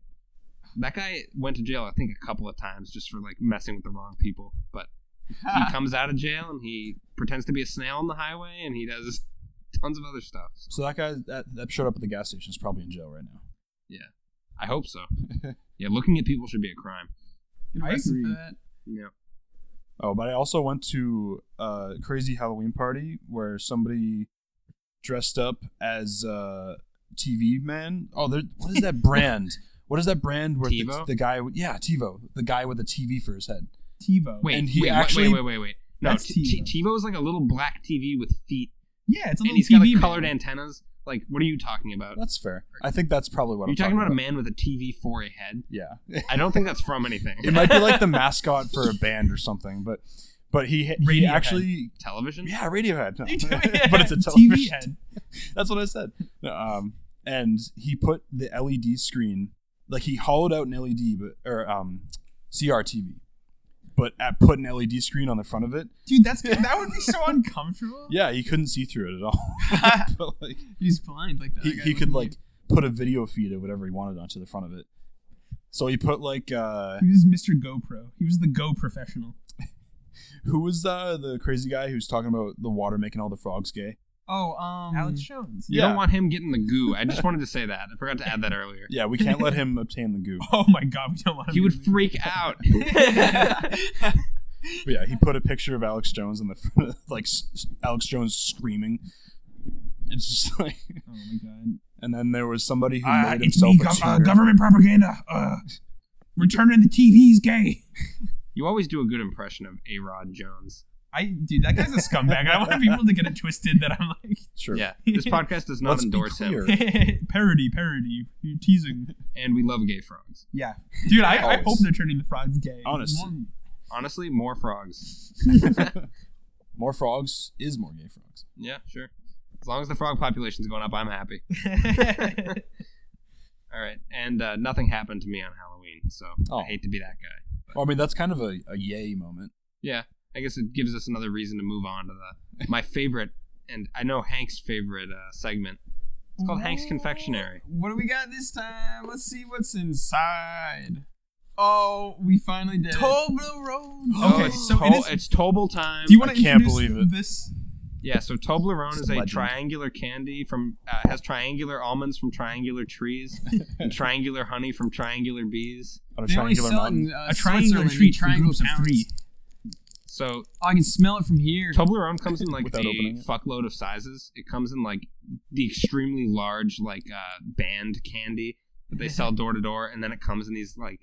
[SPEAKER 1] That guy went to jail, I think, a couple of times just for like messing with the wrong people. But he comes out of jail and he pretends to be a snail on the highway, and he does tons of other stuff.
[SPEAKER 4] So that guy that, that showed up at the gas station is probably in jail right now.
[SPEAKER 1] I hope so. Yeah, looking at people should be a crime.
[SPEAKER 3] Get
[SPEAKER 2] I
[SPEAKER 3] arrested for
[SPEAKER 2] agree.
[SPEAKER 3] that.
[SPEAKER 1] Yeah.
[SPEAKER 4] Oh, but I also went to a crazy Halloween party where somebody dressed up as a TV man. Oh, there, what is that brand? What is that brand where the,
[SPEAKER 1] TiVo?
[SPEAKER 4] the guy? Yeah, TiVo, the guy with the TV for his head.
[SPEAKER 2] TiVo.
[SPEAKER 1] Wait,
[SPEAKER 4] And he
[SPEAKER 1] wait, wait,
[SPEAKER 4] actually-
[SPEAKER 1] wait, wait, wait, wait. No,
[SPEAKER 2] That's
[SPEAKER 1] T- T-
[SPEAKER 2] TiVo.
[SPEAKER 1] TiVo is like a little black TV with feet,
[SPEAKER 2] Yeah, it's a
[SPEAKER 1] and
[SPEAKER 2] little
[SPEAKER 1] he's got
[SPEAKER 2] TV
[SPEAKER 1] like, colored
[SPEAKER 2] man.
[SPEAKER 1] antennas. Like, what are you talking about?
[SPEAKER 4] That's fair. I think that's probably what
[SPEAKER 1] You're
[SPEAKER 4] I'm
[SPEAKER 1] talking about a man with a TV for a head.
[SPEAKER 4] Yeah,
[SPEAKER 1] I don't think that's from anything.
[SPEAKER 4] it might be like the mascot for a band or something, but but he he
[SPEAKER 2] Radiohead.
[SPEAKER 4] actually
[SPEAKER 1] television.
[SPEAKER 4] yeah Radiohead, no.
[SPEAKER 2] Yeah,
[SPEAKER 4] but it's a
[SPEAKER 2] TV
[SPEAKER 4] television.
[SPEAKER 2] head.
[SPEAKER 4] That's what I said. Um, and he put the LED screen, like he hollowed out an LED, but or um, CRTV, but at, put an LED screen on the front of it.
[SPEAKER 2] Dude, that's that would be so uncomfortable.
[SPEAKER 4] Yeah, he couldn't see through it at all. but like
[SPEAKER 3] He's blind like that.
[SPEAKER 4] he, he could like put a video feed of whatever he wanted onto the front of it. So he put like uh,
[SPEAKER 2] He was Mr. GoPro. He was the Go professional.
[SPEAKER 4] who was uh, the crazy guy who's talking about the water making all the frogs gay?
[SPEAKER 3] Oh, um,
[SPEAKER 2] Alex Jones.
[SPEAKER 1] You
[SPEAKER 4] Yeah.
[SPEAKER 1] don't want him getting the goo. I just wanted to say that. I forgot to add that earlier.
[SPEAKER 4] Yeah, we can't let him obtain the goo.
[SPEAKER 2] Oh my god, we don't want to
[SPEAKER 1] He
[SPEAKER 2] be
[SPEAKER 1] would
[SPEAKER 2] mean.
[SPEAKER 1] freak out.
[SPEAKER 4] But yeah, he put a picture of Alex Jones on the front, of, like s- s- Alex Jones screaming. It's just like,
[SPEAKER 2] Oh my god.
[SPEAKER 4] and then there was somebody who
[SPEAKER 2] Uh,
[SPEAKER 4] made
[SPEAKER 2] it's
[SPEAKER 4] himself
[SPEAKER 2] me,
[SPEAKER 4] a
[SPEAKER 2] gov- uh,
[SPEAKER 4] chair.
[SPEAKER 2] government propaganda. Uh, returning the TV's gay.
[SPEAKER 1] you always do a good impression of A Rod Jones.
[SPEAKER 2] I dude, that guy's a scumbag. I don't want people to get it twisted that I'm
[SPEAKER 4] Sure.
[SPEAKER 1] Yeah. This podcast does not
[SPEAKER 4] Let's be
[SPEAKER 1] endorse him,
[SPEAKER 4] clear.
[SPEAKER 2] like parody, parody. You're teasing.
[SPEAKER 1] and we love gay frogs.
[SPEAKER 2] Yeah, dude, I, I
[SPEAKER 4] Always.
[SPEAKER 2] hope they're turning the frogs gay.
[SPEAKER 4] Honestly.
[SPEAKER 1] Honestly, more frogs.
[SPEAKER 4] More frogs is more gay frogs.
[SPEAKER 1] Yeah, sure. As long as the frog population's going up, I'm happy. All right, and uh, nothing happened to me on Halloween, so
[SPEAKER 4] Oh.
[SPEAKER 1] I hate to be that guy.
[SPEAKER 4] Well, I mean, that's kind of a, a yay moment.
[SPEAKER 1] I guess it gives us another reason to move on to the my favorite, and I know Hank's favorite uh, segment. It's called Hank's Confectionery.
[SPEAKER 3] What do we got this time? Let's see what's inside. Oh, we finally did
[SPEAKER 2] Toblerone.
[SPEAKER 3] it.
[SPEAKER 1] Oh,
[SPEAKER 2] Okay,
[SPEAKER 1] it's,
[SPEAKER 2] so it
[SPEAKER 1] Tol-
[SPEAKER 2] is,
[SPEAKER 1] it's Tobel time.
[SPEAKER 2] do you want
[SPEAKER 4] I
[SPEAKER 2] to
[SPEAKER 4] can't
[SPEAKER 2] introduce
[SPEAKER 4] believe it.
[SPEAKER 2] this?
[SPEAKER 1] Yeah, so Toblerone
[SPEAKER 4] It's
[SPEAKER 1] is
[SPEAKER 4] a
[SPEAKER 1] a
[SPEAKER 4] legend.
[SPEAKER 1] triangular candy from uh, has triangular almonds from triangular trees and triangular honey from triangular bees.
[SPEAKER 4] On a
[SPEAKER 3] They only
[SPEAKER 4] triangular
[SPEAKER 3] sell it
[SPEAKER 4] mountain.
[SPEAKER 3] in, uh,
[SPEAKER 2] A triangular
[SPEAKER 3] Switzerland in
[SPEAKER 2] treat for
[SPEAKER 3] triangle
[SPEAKER 2] groups of
[SPEAKER 3] towns.
[SPEAKER 2] three.
[SPEAKER 1] So
[SPEAKER 3] Oh, I can smell it from here.
[SPEAKER 1] Toblerone comes in like
[SPEAKER 4] Without
[SPEAKER 1] a
[SPEAKER 4] opening it.
[SPEAKER 1] fuckload of sizes. It comes in like the extremely large like uh, band candy that they sell door to door, and then it comes in these like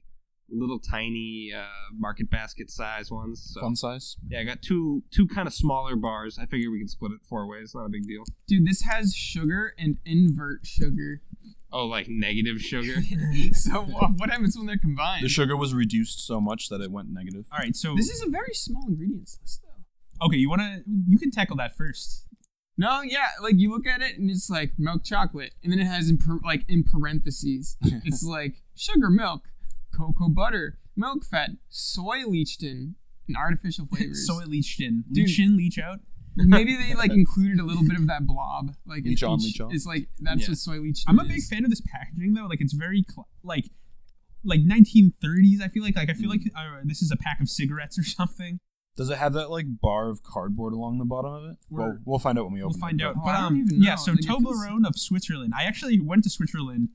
[SPEAKER 1] little tiny uh, market basket size ones. So
[SPEAKER 4] Fun size.
[SPEAKER 1] yeah, I got two two kind of smaller bars. I figure we can split it four ways. Not a big deal.
[SPEAKER 3] Dude, this has sugar and invert sugar.
[SPEAKER 1] Oh, like negative sugar.
[SPEAKER 3] so wha- what happens when they're combined?
[SPEAKER 4] The sugar was reduced so much that it went negative.
[SPEAKER 2] All right, so
[SPEAKER 3] this is a very small ingredients list, though.
[SPEAKER 2] okay, you want to you can tackle that first.
[SPEAKER 3] No, yeah, like you look at it and it's like milk chocolate, and then it has in par- like in parentheses, it's like sugar milk, cocoa butter, milk fat, soy leached in, and artificial flavors.
[SPEAKER 2] So it leached in,
[SPEAKER 3] Dude.
[SPEAKER 2] leach in, leach out.
[SPEAKER 3] Maybe they like included a little bit of that blob, like
[SPEAKER 4] Leech
[SPEAKER 3] in
[SPEAKER 4] on,
[SPEAKER 3] each-
[SPEAKER 4] leech off.
[SPEAKER 3] It's like that's
[SPEAKER 1] Yeah.
[SPEAKER 3] what soy leached.
[SPEAKER 2] I'm a
[SPEAKER 3] in
[SPEAKER 2] big
[SPEAKER 3] is.
[SPEAKER 2] fan of this packaging though. Like it's very cl- like like 1930s. I feel like like I feel like uh, this is a pack of cigarettes or something.
[SPEAKER 4] Does it have that like bar of cardboard along the bottom of it? Well,
[SPEAKER 2] We're-
[SPEAKER 4] we'll find out when we
[SPEAKER 2] We'll
[SPEAKER 4] open
[SPEAKER 2] find
[SPEAKER 4] it.
[SPEAKER 2] out.
[SPEAKER 4] but-
[SPEAKER 3] Oh,
[SPEAKER 2] but
[SPEAKER 3] I don't
[SPEAKER 2] um,
[SPEAKER 3] even
[SPEAKER 2] yeah.
[SPEAKER 3] know.
[SPEAKER 2] So
[SPEAKER 3] Like, it feels-
[SPEAKER 2] Toblerone of Switzerland. I actually went to Switzerland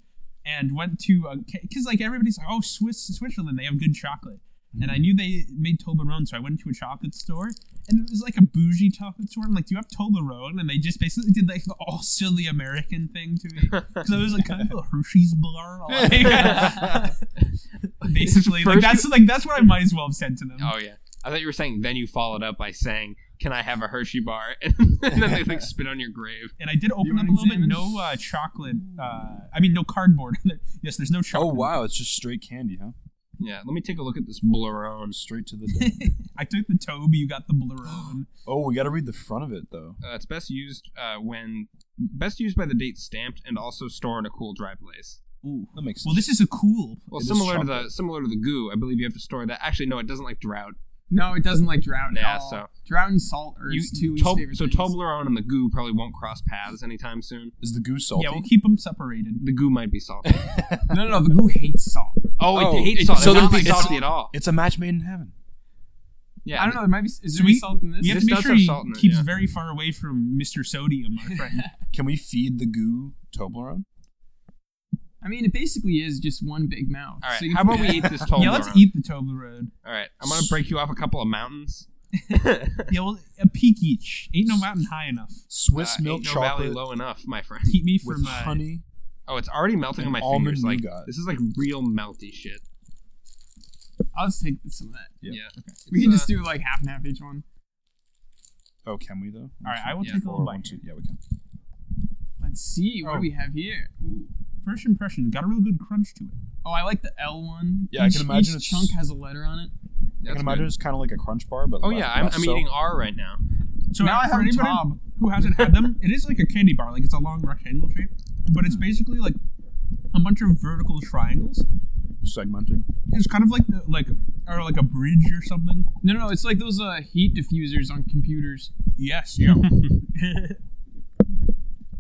[SPEAKER 2] and went to because like everybody's like, oh, Swiss Switzerland, they have good chocolate. And I
[SPEAKER 4] Mm-hmm.
[SPEAKER 2] knew they made Toblerone, so I went to a chocolate store, and it was like a bougie chocolate store. I'm like, "Do you have Toblerone?" And they just basically did like the all silly American thing to me. Because I was like, "Kind of a Hershey's bar." Like, basically, like
[SPEAKER 1] First
[SPEAKER 2] that's like that's what I might as well have said to them.
[SPEAKER 1] Oh yeah. I thought you were saying then you followed up by saying, Can I have a Hershey bar? And then they like spit on your grave.
[SPEAKER 2] And I did open
[SPEAKER 3] You
[SPEAKER 2] up a
[SPEAKER 3] wanna
[SPEAKER 2] little bit.
[SPEAKER 3] examine?
[SPEAKER 2] No uh, chocolate. Uh, I mean, no cardboard. yes, there's no
[SPEAKER 4] Oh
[SPEAKER 2] chocolate.
[SPEAKER 4] wow, it's just straight candy, huh?
[SPEAKER 1] Yeah, let me take a look at this Blarone.
[SPEAKER 4] Straight to the. dick.
[SPEAKER 2] I took the Toby, you got the Blarone.
[SPEAKER 4] oh, we got to read the front of it though.
[SPEAKER 1] Uh, it's best used uh, when best used by the date stamped and also store in a cool dry place.
[SPEAKER 2] Ooh.
[SPEAKER 4] That makes
[SPEAKER 2] Well,
[SPEAKER 4] sense.
[SPEAKER 2] this is a cool.
[SPEAKER 1] Well,
[SPEAKER 4] It is
[SPEAKER 1] similar to the
[SPEAKER 4] chocolate.
[SPEAKER 1] similar to the goo, I believe you have to store that. Actually, no, it doesn't like drought.
[SPEAKER 3] No, it doesn't like drought.
[SPEAKER 1] Yeah,
[SPEAKER 3] at all.
[SPEAKER 1] so-
[SPEAKER 3] drought and salt are
[SPEAKER 1] You,
[SPEAKER 3] his two least
[SPEAKER 1] Tob-
[SPEAKER 3] favorite
[SPEAKER 1] so
[SPEAKER 3] things.
[SPEAKER 1] Toblerone and the goo probably won't cross paths anytime soon.
[SPEAKER 4] Is the goose salty?
[SPEAKER 2] Yeah, we'll keep them separated.
[SPEAKER 1] The goo might be salty.
[SPEAKER 3] no, no, no, the goo hates salt.
[SPEAKER 1] oh, it
[SPEAKER 4] Oh,
[SPEAKER 1] hates
[SPEAKER 4] it-
[SPEAKER 1] salt.
[SPEAKER 4] so
[SPEAKER 1] So it's
[SPEAKER 4] there'd
[SPEAKER 1] not
[SPEAKER 4] be-
[SPEAKER 1] like
[SPEAKER 4] it's-
[SPEAKER 1] salty at all.
[SPEAKER 4] it's a match made in heaven.
[SPEAKER 1] Yeah,
[SPEAKER 3] I don't know. There might be.
[SPEAKER 2] So
[SPEAKER 3] Is there
[SPEAKER 2] we-
[SPEAKER 3] any salt in this?
[SPEAKER 2] We have to
[SPEAKER 1] This
[SPEAKER 2] make
[SPEAKER 1] does
[SPEAKER 2] sure
[SPEAKER 1] have
[SPEAKER 2] he
[SPEAKER 1] salt in it,
[SPEAKER 2] keeps
[SPEAKER 1] yeah.
[SPEAKER 2] very far away from Mr. Sodium, my friend.
[SPEAKER 4] Can we feed the goo Toblerone?
[SPEAKER 3] I mean, it basically is just one big mouth.
[SPEAKER 1] All right,
[SPEAKER 3] So you
[SPEAKER 1] how
[SPEAKER 3] can-
[SPEAKER 1] about we eat this Toblerone?
[SPEAKER 2] yeah, let's eat the Toblerone.
[SPEAKER 1] All right, I'm gonna break you off a couple of mountains.
[SPEAKER 2] Yeah, well, a peak each. Ain't no mountain high enough.
[SPEAKER 4] Swiss
[SPEAKER 1] Uh,
[SPEAKER 4] milk
[SPEAKER 1] ain't no
[SPEAKER 4] chocolate
[SPEAKER 1] valley low enough, my friend.
[SPEAKER 2] Keep me
[SPEAKER 4] with
[SPEAKER 2] from uh,
[SPEAKER 4] honey.
[SPEAKER 1] Oh, it's already melting on
[SPEAKER 4] And
[SPEAKER 1] my
[SPEAKER 4] almond
[SPEAKER 1] fingers. Like
[SPEAKER 4] nougat.
[SPEAKER 1] this is like real melty shit.
[SPEAKER 3] I'll just take some of that.
[SPEAKER 4] Yeah.
[SPEAKER 1] Yeah.
[SPEAKER 3] We can
[SPEAKER 1] It's,
[SPEAKER 3] just do like half and half each one.
[SPEAKER 4] Oh, can we though?
[SPEAKER 2] All right, I will
[SPEAKER 1] Yeah,
[SPEAKER 2] take a
[SPEAKER 4] Or
[SPEAKER 2] little
[SPEAKER 4] one,
[SPEAKER 2] bite.
[SPEAKER 4] two. Yeah, we can.
[SPEAKER 3] Let's see what
[SPEAKER 2] Oh.
[SPEAKER 3] do we have here. Ooh.
[SPEAKER 2] First impression, got a real good crunch to it.
[SPEAKER 3] Oh, I like the L one.
[SPEAKER 4] Yeah, I can imagine it's-
[SPEAKER 3] each chunk has a letter on it.
[SPEAKER 4] I
[SPEAKER 1] That's
[SPEAKER 4] can imagine
[SPEAKER 1] good.
[SPEAKER 4] it's kind of like a crunch bar, but
[SPEAKER 1] Oh
[SPEAKER 4] less-
[SPEAKER 1] yeah, I'm,
[SPEAKER 4] less
[SPEAKER 1] I'm
[SPEAKER 4] so.
[SPEAKER 1] eating R right now.
[SPEAKER 2] So uh,
[SPEAKER 3] now I
[SPEAKER 2] for
[SPEAKER 3] have
[SPEAKER 2] anybody
[SPEAKER 3] Tom.
[SPEAKER 2] who hasn't had them, it is like a candy bar. Like it's a long rectangle shape, but it's basically like a bunch of vertical triangles.
[SPEAKER 4] segmented.
[SPEAKER 2] It's kind of like the, like or like a bridge or something.
[SPEAKER 3] No, no, it's like those uh, heat diffusers on computers.
[SPEAKER 2] Yes, yeah.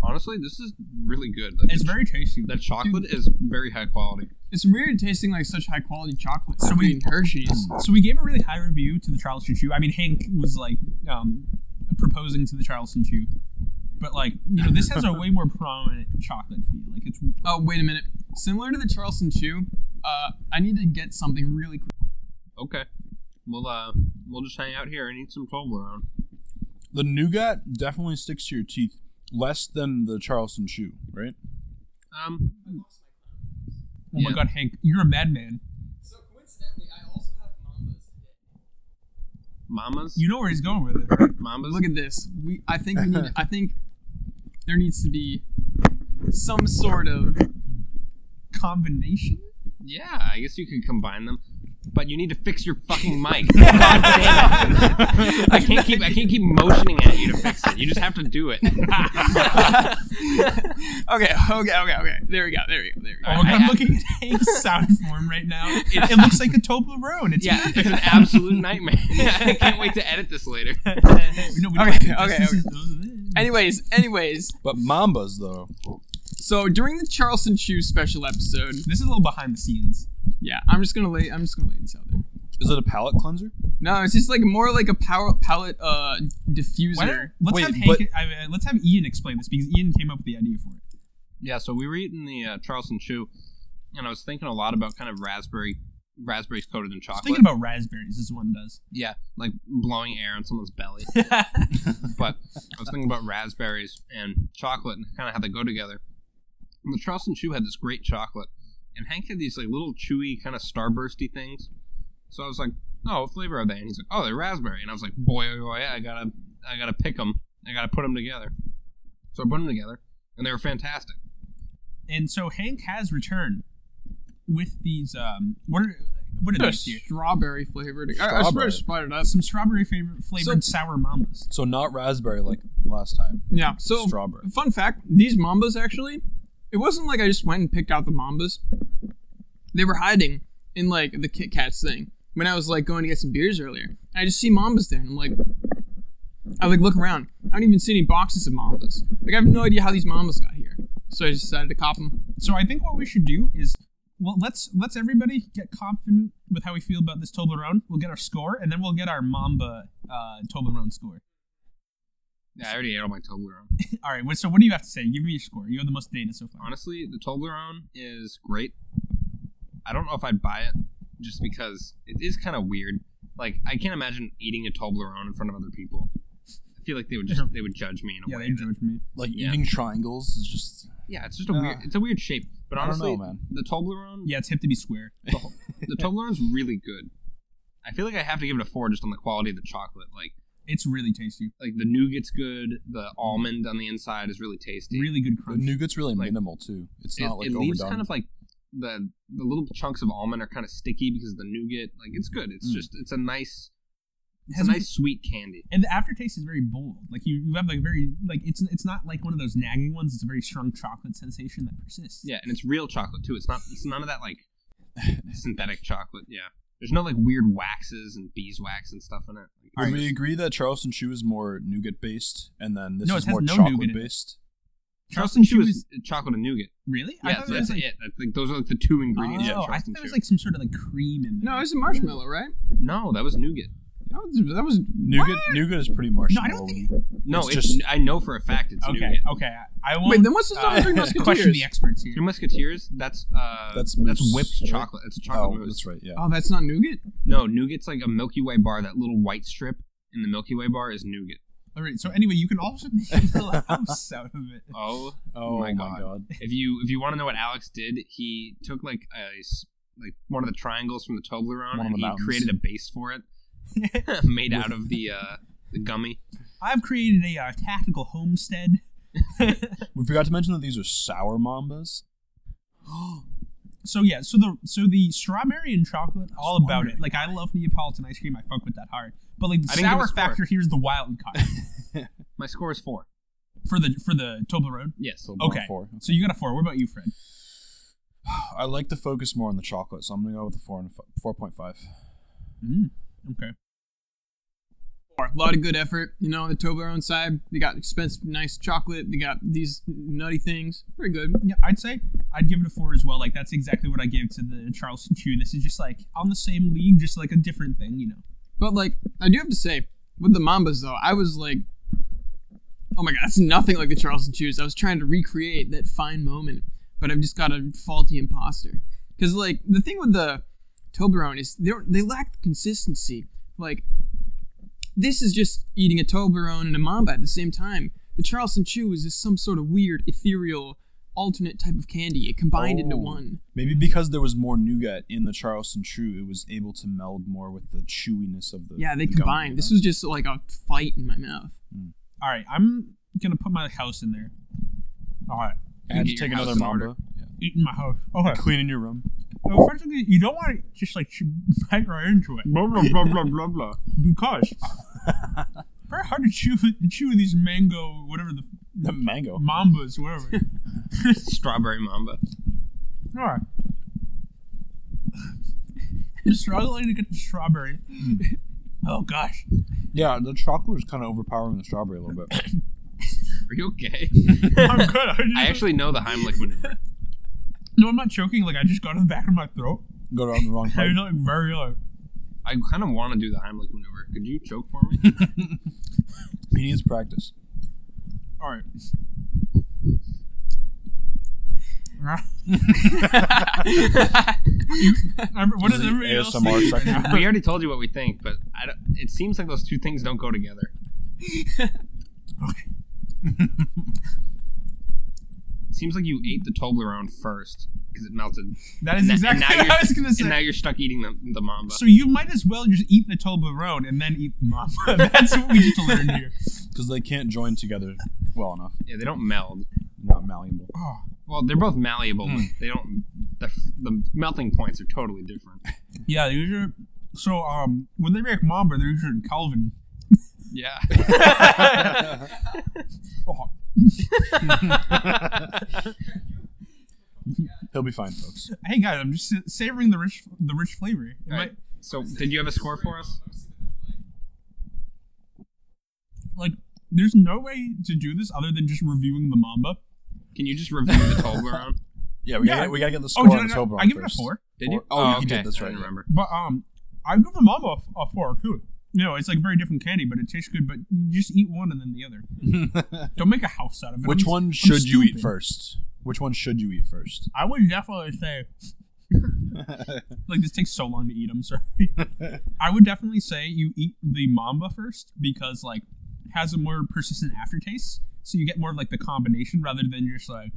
[SPEAKER 1] Honestly, this is really good. Like,
[SPEAKER 2] it's very tasty.
[SPEAKER 1] that chocolate is very high quality.
[SPEAKER 3] It's weird tasting like such high quality chocolate.
[SPEAKER 2] So
[SPEAKER 3] So
[SPEAKER 2] we-
[SPEAKER 3] we Hershey's.
[SPEAKER 2] So we gave a really high review to the Charleston Chew. I mean, Hank was like um, proposing to the Charleston Chew, but like you know, this has a way more prominent chocolate feel. Like it's
[SPEAKER 3] Oh, wait a minute. Similar to the Charleston Chew, uh, I need to get something really quick.
[SPEAKER 1] Okay, we'll uh we'll just hang out here and eat some Toblerone.
[SPEAKER 4] The nougat definitely sticks to your teeth less than the Charleston chew, right?
[SPEAKER 1] Um,
[SPEAKER 2] oh my
[SPEAKER 1] Yeah.
[SPEAKER 2] god, Hank, you're a madman.
[SPEAKER 3] So coincidentally, I also have Mambas.
[SPEAKER 1] Mamas,
[SPEAKER 2] You know where he's going with it. Right?
[SPEAKER 1] Mamas.
[SPEAKER 3] Look at this. We, I think we need. I think there needs to be some sort of.
[SPEAKER 2] Combination.
[SPEAKER 1] yeah, I guess you could combine them, but you need to fix your fucking mic. God damn it! I can't keep I can't keep motioning at you to fix it. You just have to do it.
[SPEAKER 3] okay, okay, okay, okay. There we go. There we go. There we
[SPEAKER 2] Oh my
[SPEAKER 3] go.
[SPEAKER 2] god,
[SPEAKER 1] I-
[SPEAKER 2] I'm looking at Hank's sound form right now. It, it looks like a Toblerone. It's
[SPEAKER 1] yeah, it's an absolute nightmare. I can't wait to edit this later.
[SPEAKER 2] no, we don't
[SPEAKER 3] Okay,
[SPEAKER 2] like this.
[SPEAKER 3] okay,
[SPEAKER 2] This
[SPEAKER 3] okay.
[SPEAKER 2] is-
[SPEAKER 3] Anyways, anyways,
[SPEAKER 4] But Mambas though,
[SPEAKER 3] so during the Charleston Chew special episode,
[SPEAKER 2] This is a little behind the scenes.
[SPEAKER 3] yeah, I'm just gonna lay, I'm just gonna lay these out there.
[SPEAKER 4] is it a palate cleanser?
[SPEAKER 3] No, it's just like more like a power palette
[SPEAKER 2] Why
[SPEAKER 3] uh
[SPEAKER 2] don't,
[SPEAKER 3] diffuser.
[SPEAKER 2] let's
[SPEAKER 4] Wait,
[SPEAKER 2] have Hank.
[SPEAKER 4] but-
[SPEAKER 2] I mean, let's have Ian explain this because Ian came up with the idea for it.
[SPEAKER 1] Yeah, so we were eating the uh, Charleston Chew, and I was thinking a lot about kind of raspberry, raspberries coated in
[SPEAKER 2] I was
[SPEAKER 1] chocolate.
[SPEAKER 2] thinking about raspberries. This one does.
[SPEAKER 1] yeah, like blowing air on someone's belly. but I was thinking about raspberries and chocolate and kind of how they go together. And the Charleston Chew had this great chocolate, and Hank had these like little chewy kind of starbursty things. So I was like, "Oh, what flavor are they?" And he's like, "Oh, they're raspberry." And I was like, "Boy, oh, boy, I gotta, I gotta pick them. I gotta put them together." So I put them together, and they were fantastic.
[SPEAKER 2] and so Hank has returned with these. Um, what are what are
[SPEAKER 3] Put a
[SPEAKER 2] these? Here? Uh,
[SPEAKER 3] strawberry flavored. I, I should
[SPEAKER 4] Strawberry.
[SPEAKER 3] have spotted up.
[SPEAKER 2] Some strawberry fav- flavored sour mambas.
[SPEAKER 4] So not raspberry like last time.
[SPEAKER 3] Yeah. So
[SPEAKER 4] Strawberry.
[SPEAKER 3] fun fact: these mambas actually, it wasn't like I just went and picked out the mambas. They were hiding in like the Kit Kats thing when I was like going to get some beers earlier. I just see mambas there, and I'm like, I like look around. I don't even see any boxes of mambas. Like I have no idea how these mambas got here. So I just decided to cop them.
[SPEAKER 2] So I think what we should do is, well, let's let's everybody get confident with how we feel about this Toblerone. We'll get our score, and then we'll get our Mamba uh, Toblerone score.
[SPEAKER 1] Yeah, I already ate all my Toblerone.
[SPEAKER 2] All right. well, So what do you have to say? Give me your score. You have the most data so far.
[SPEAKER 1] Honestly, the Toblerone is great. I don't know if I'd buy it just because it is kind of weird. Like I can't imagine eating a Toblerone in front of other people. I feel like they would just they would judge me in a
[SPEAKER 2] Yeah,
[SPEAKER 1] way.
[SPEAKER 2] they
[SPEAKER 1] that-
[SPEAKER 2] judge me.
[SPEAKER 4] Like
[SPEAKER 1] Yeah.
[SPEAKER 4] eating triangles is just
[SPEAKER 1] yeah, it's just a
[SPEAKER 4] Ah.
[SPEAKER 1] weird it's a weird shape. But
[SPEAKER 4] I don't know,
[SPEAKER 1] honestly,
[SPEAKER 4] man.
[SPEAKER 1] the Toblerone
[SPEAKER 2] Yeah, it's hip to be square.
[SPEAKER 1] the Toblerone's really good. I feel like I have to give it a four just on the quality of the chocolate. Like
[SPEAKER 2] It's really tasty.
[SPEAKER 1] like the nougat's good, the almond on the inside is really tasty.
[SPEAKER 2] Really good
[SPEAKER 4] The
[SPEAKER 2] crunch.
[SPEAKER 4] nougat's really
[SPEAKER 1] Like-
[SPEAKER 4] minimal too. It's
[SPEAKER 1] it,
[SPEAKER 4] not like
[SPEAKER 1] it
[SPEAKER 4] overdone.
[SPEAKER 1] leaves kind of like the the little chunks of almond are kind of sticky because of the nougat. Like it's good. It's
[SPEAKER 4] Mm.
[SPEAKER 1] just it's a nice
[SPEAKER 2] It
[SPEAKER 1] it's a
[SPEAKER 2] has a-
[SPEAKER 1] nice sweet candy.
[SPEAKER 2] and the aftertaste is very bold. Like you, you have like very like it's it's not like one of those nagging ones. It's a very strong chocolate sensation that persists.
[SPEAKER 1] Yeah, and it's real chocolate too. It's not it's none of that like synthetic chocolate. Yeah. There's no like weird waxes and beeswax and stuff in it. Like,
[SPEAKER 4] Would
[SPEAKER 1] it's
[SPEAKER 4] we
[SPEAKER 1] just-
[SPEAKER 4] agree that Charleston Chew is more nougat based, and then this
[SPEAKER 2] No,
[SPEAKER 4] is
[SPEAKER 2] it has
[SPEAKER 4] more
[SPEAKER 2] no nougat in it.
[SPEAKER 4] chocolate based?
[SPEAKER 1] Charleston Chew is chocolate and nougat.
[SPEAKER 2] really. I
[SPEAKER 1] Yeah,
[SPEAKER 2] thought
[SPEAKER 1] so
[SPEAKER 2] it
[SPEAKER 1] that's
[SPEAKER 2] was
[SPEAKER 1] it.
[SPEAKER 2] like
[SPEAKER 1] I think those are like the two ingredients.
[SPEAKER 4] Yeah,
[SPEAKER 1] in
[SPEAKER 2] oh, I
[SPEAKER 1] Charleston
[SPEAKER 2] thought there was
[SPEAKER 1] Chew.
[SPEAKER 2] like some sort of like cream in there.
[SPEAKER 3] No, it's a marshmallow, right?
[SPEAKER 1] no, that was nougat.
[SPEAKER 3] That was that was
[SPEAKER 4] Nougat, nougat is pretty marshmallow. Oh,
[SPEAKER 2] No, I don't think.
[SPEAKER 1] No,
[SPEAKER 4] It's
[SPEAKER 1] it's,
[SPEAKER 4] just-
[SPEAKER 1] I know for a fact it's nougat.
[SPEAKER 2] Okay, okay. I won't.
[SPEAKER 3] Wait, then what's the stuff with Three
[SPEAKER 2] uh, question the
[SPEAKER 3] Musketeers?
[SPEAKER 2] experts
[SPEAKER 1] Three
[SPEAKER 2] here.
[SPEAKER 1] Musketeers, that's uh
[SPEAKER 4] That's
[SPEAKER 1] that's,
[SPEAKER 4] mousse,
[SPEAKER 1] whipped
[SPEAKER 4] right?
[SPEAKER 1] chocolate. It's
[SPEAKER 4] Oh,
[SPEAKER 1] chocolate mousse.
[SPEAKER 4] that's right. Yeah.
[SPEAKER 3] Oh, that's not nougat.
[SPEAKER 1] No, nougat's like a Milky Way bar. That little white strip in the Milky Way bar is nougat.
[SPEAKER 2] All right. So anyway, you can also make a little house out of it.
[SPEAKER 1] Oh,
[SPEAKER 4] Oh
[SPEAKER 1] my God. if you if you want to know what Alex did, he took like a s- like one of the triangles from the Toblerone
[SPEAKER 4] One of
[SPEAKER 1] and
[SPEAKER 4] the
[SPEAKER 1] he
[SPEAKER 4] mountains.
[SPEAKER 1] created a base for it made out of the uh, the gummy.
[SPEAKER 2] I've created a uh, tactical homestead.
[SPEAKER 4] We forgot to mention that these are sour mambas.
[SPEAKER 2] So yeah, so the so the strawberry and chocolate, all
[SPEAKER 4] was
[SPEAKER 2] about
[SPEAKER 4] wondering.
[SPEAKER 2] it. Like I love Neapolitan ice cream. I fuck with that hard. But like the
[SPEAKER 1] I didn't give
[SPEAKER 2] sour
[SPEAKER 1] a score.
[SPEAKER 2] factor here is the wild card
[SPEAKER 1] My score is four.
[SPEAKER 2] for the for the Toblerone.
[SPEAKER 1] Yes.
[SPEAKER 4] So about
[SPEAKER 2] Okay.
[SPEAKER 4] Four.
[SPEAKER 2] So you got a four. What about you, Fred?
[SPEAKER 4] I like to focus more on the chocolate, so I'm gonna go with the four and four point five.
[SPEAKER 2] Mm, okay.
[SPEAKER 3] A lot of good effort, you know, on the Toblerone side. They got expensive, nice chocolate. They got these nutty things. Pretty good.
[SPEAKER 2] Yeah, I'd say I'd give it a four as well. Like that's exactly what I gave to the Charleston Chew. This is just like on the same league, just like a different thing, you know.
[SPEAKER 3] But like, I do have to say, with the Mambas though, I was like, oh my god, that's nothing like the Charleston Chews. I was trying to recreate that fine moment, but I've just got a faulty imposter. Because like the thing with the Toblerone is they don't, they lack the consistency. Like, this is just eating a Toblerone and a Mamba at the same time. The Charleston Chew is just some sort of weird ethereal alternate type of candy. It combined into
[SPEAKER 4] Oh.
[SPEAKER 3] one.
[SPEAKER 4] Maybe because there was more nougat in the Charleston Chew, it was able to meld more with the chewiness of the.
[SPEAKER 3] Yeah, they
[SPEAKER 4] the gum,
[SPEAKER 3] combined.
[SPEAKER 4] you
[SPEAKER 3] This
[SPEAKER 4] know?
[SPEAKER 3] was just like a fight in my mouth.
[SPEAKER 2] All right, I'm gonna put my house in there. All right,
[SPEAKER 4] I had to
[SPEAKER 1] You get
[SPEAKER 4] take
[SPEAKER 1] your
[SPEAKER 4] another
[SPEAKER 1] house in order.
[SPEAKER 4] mamba. Yeah.
[SPEAKER 2] eating my house. Okay.
[SPEAKER 4] Cleaning your room.
[SPEAKER 2] Well, first thing is, you don't want to just like chew bite right into it
[SPEAKER 1] Blah blah blah blah blah blah.
[SPEAKER 2] because very hard to chew chew these mango whatever the
[SPEAKER 4] The mango.
[SPEAKER 2] mambas whatever.
[SPEAKER 1] Strawberry mamba.
[SPEAKER 2] All right. I'm struggling to get the strawberry. Oh gosh.
[SPEAKER 4] Yeah, the chocolate is kind of overpowering the strawberry a little bit.
[SPEAKER 1] Are you okay?
[SPEAKER 2] I'm good. I, just,
[SPEAKER 1] I actually know the Heimlich maneuver.
[SPEAKER 2] no, I'm not choking. Like I just got in the back of my throat.
[SPEAKER 4] Go down the wrong
[SPEAKER 2] I was like
[SPEAKER 4] pipe.
[SPEAKER 2] very like.
[SPEAKER 1] I kind of want to do the Heimlich maneuver. Could you choke for me?
[SPEAKER 4] He needs practice.
[SPEAKER 2] All right. what is
[SPEAKER 4] This is
[SPEAKER 2] everybody else
[SPEAKER 4] ASMR
[SPEAKER 2] think?
[SPEAKER 4] section.
[SPEAKER 1] we already told you what we think, but I don't, it seems like those two things don't go together.
[SPEAKER 2] Okay.
[SPEAKER 1] Seems like you ate the Toblerone first because it melted,
[SPEAKER 2] That
[SPEAKER 1] And that-
[SPEAKER 2] is
[SPEAKER 1] and
[SPEAKER 2] exactly
[SPEAKER 1] now
[SPEAKER 2] what I
[SPEAKER 1] you're-
[SPEAKER 2] was gonna
[SPEAKER 1] and now
[SPEAKER 2] say.
[SPEAKER 1] you're stuck eating the, the Mamba.
[SPEAKER 2] So you might as well just eat the Toblerone and then eat the mamba. That's what we just learned here.
[SPEAKER 4] Because they can't join together well enough.
[SPEAKER 1] yeah, they don't meld.
[SPEAKER 4] Not malleable.
[SPEAKER 2] Oh,
[SPEAKER 1] Well, they're both malleable, but they don't. The, the melting points are totally different.
[SPEAKER 2] yeah, they usually. So um, when they make mamba, they're usually in Calvin.
[SPEAKER 1] Yeah.
[SPEAKER 2] Oh,
[SPEAKER 4] He'll be fine, folks.
[SPEAKER 2] hey guys, I'm just savoring the rich the rich flavor. It
[SPEAKER 1] All right.
[SPEAKER 2] might-
[SPEAKER 1] So, did you have a score for us?
[SPEAKER 2] like, there's no way to do this other than just reviewing the mamba.
[SPEAKER 1] Can you just review the Toblerone?
[SPEAKER 4] Yeah, we,
[SPEAKER 2] Yeah,
[SPEAKER 4] gotta,
[SPEAKER 2] I-
[SPEAKER 4] we gotta get the score
[SPEAKER 2] Oh, did I,
[SPEAKER 4] on the
[SPEAKER 2] not-
[SPEAKER 4] Toblerone
[SPEAKER 2] I give it a
[SPEAKER 4] first.
[SPEAKER 2] four.
[SPEAKER 1] Did you?
[SPEAKER 4] Or- oh, you
[SPEAKER 1] okay.
[SPEAKER 4] did, that's
[SPEAKER 1] I
[SPEAKER 4] right,
[SPEAKER 1] didn't
[SPEAKER 4] yeah.
[SPEAKER 1] remember.
[SPEAKER 2] But um, I give the mamba a f- a four too. You know, it's like very different candy, but it tastes good. But you just eat one and then the other. Don't make a house out of it.
[SPEAKER 4] Which
[SPEAKER 2] I'm-
[SPEAKER 4] one
[SPEAKER 2] I'm
[SPEAKER 4] should you eat
[SPEAKER 2] stupid.
[SPEAKER 4] first? Which one should you eat first? Hmm.
[SPEAKER 2] I would definitely say, like, this takes so long to eat. I'm sorry. I would definitely say you eat the mamba first because, like, it has a more persistent aftertaste. So you get more of, like, the combination rather than just, like,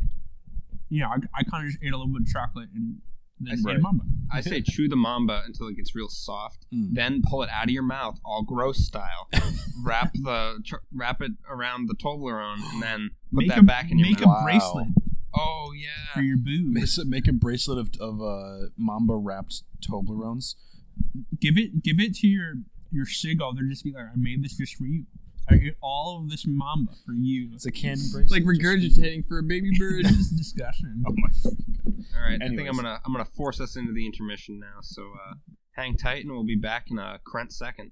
[SPEAKER 2] you know, I, I kind of just ate a little bit of chocolate and then
[SPEAKER 1] That's
[SPEAKER 2] ate
[SPEAKER 4] right.
[SPEAKER 2] mamba.
[SPEAKER 1] I say chew the mamba until it gets real soft,
[SPEAKER 4] Mm.
[SPEAKER 1] then pull it out of your mouth, all gross style. wrap the tr- wrap it around the Toblerone, and then put
[SPEAKER 2] Make
[SPEAKER 1] that
[SPEAKER 2] a,
[SPEAKER 1] back in your
[SPEAKER 2] make
[SPEAKER 1] mouth.
[SPEAKER 2] a
[SPEAKER 4] Wow.
[SPEAKER 2] bracelet
[SPEAKER 1] oh
[SPEAKER 2] for
[SPEAKER 1] yeah,
[SPEAKER 2] your boob.
[SPEAKER 4] Make a- Make a bracelet of, of uh, mamba wrapped Toblerones.
[SPEAKER 2] give it give it to your your sigal. They're just be like, I made this just for you. I ate all of this mamba for you.
[SPEAKER 4] It's a candy bracelet.
[SPEAKER 3] like
[SPEAKER 4] just for you.
[SPEAKER 3] regurgitating for a baby bird.
[SPEAKER 2] This is disgusting.
[SPEAKER 4] Oh my fucking god.
[SPEAKER 1] all right. I think
[SPEAKER 4] Anyways.
[SPEAKER 1] I'm gonna I'm gonna force us into the intermission now. So uh, hang tight, and we'll be back in a crunch second.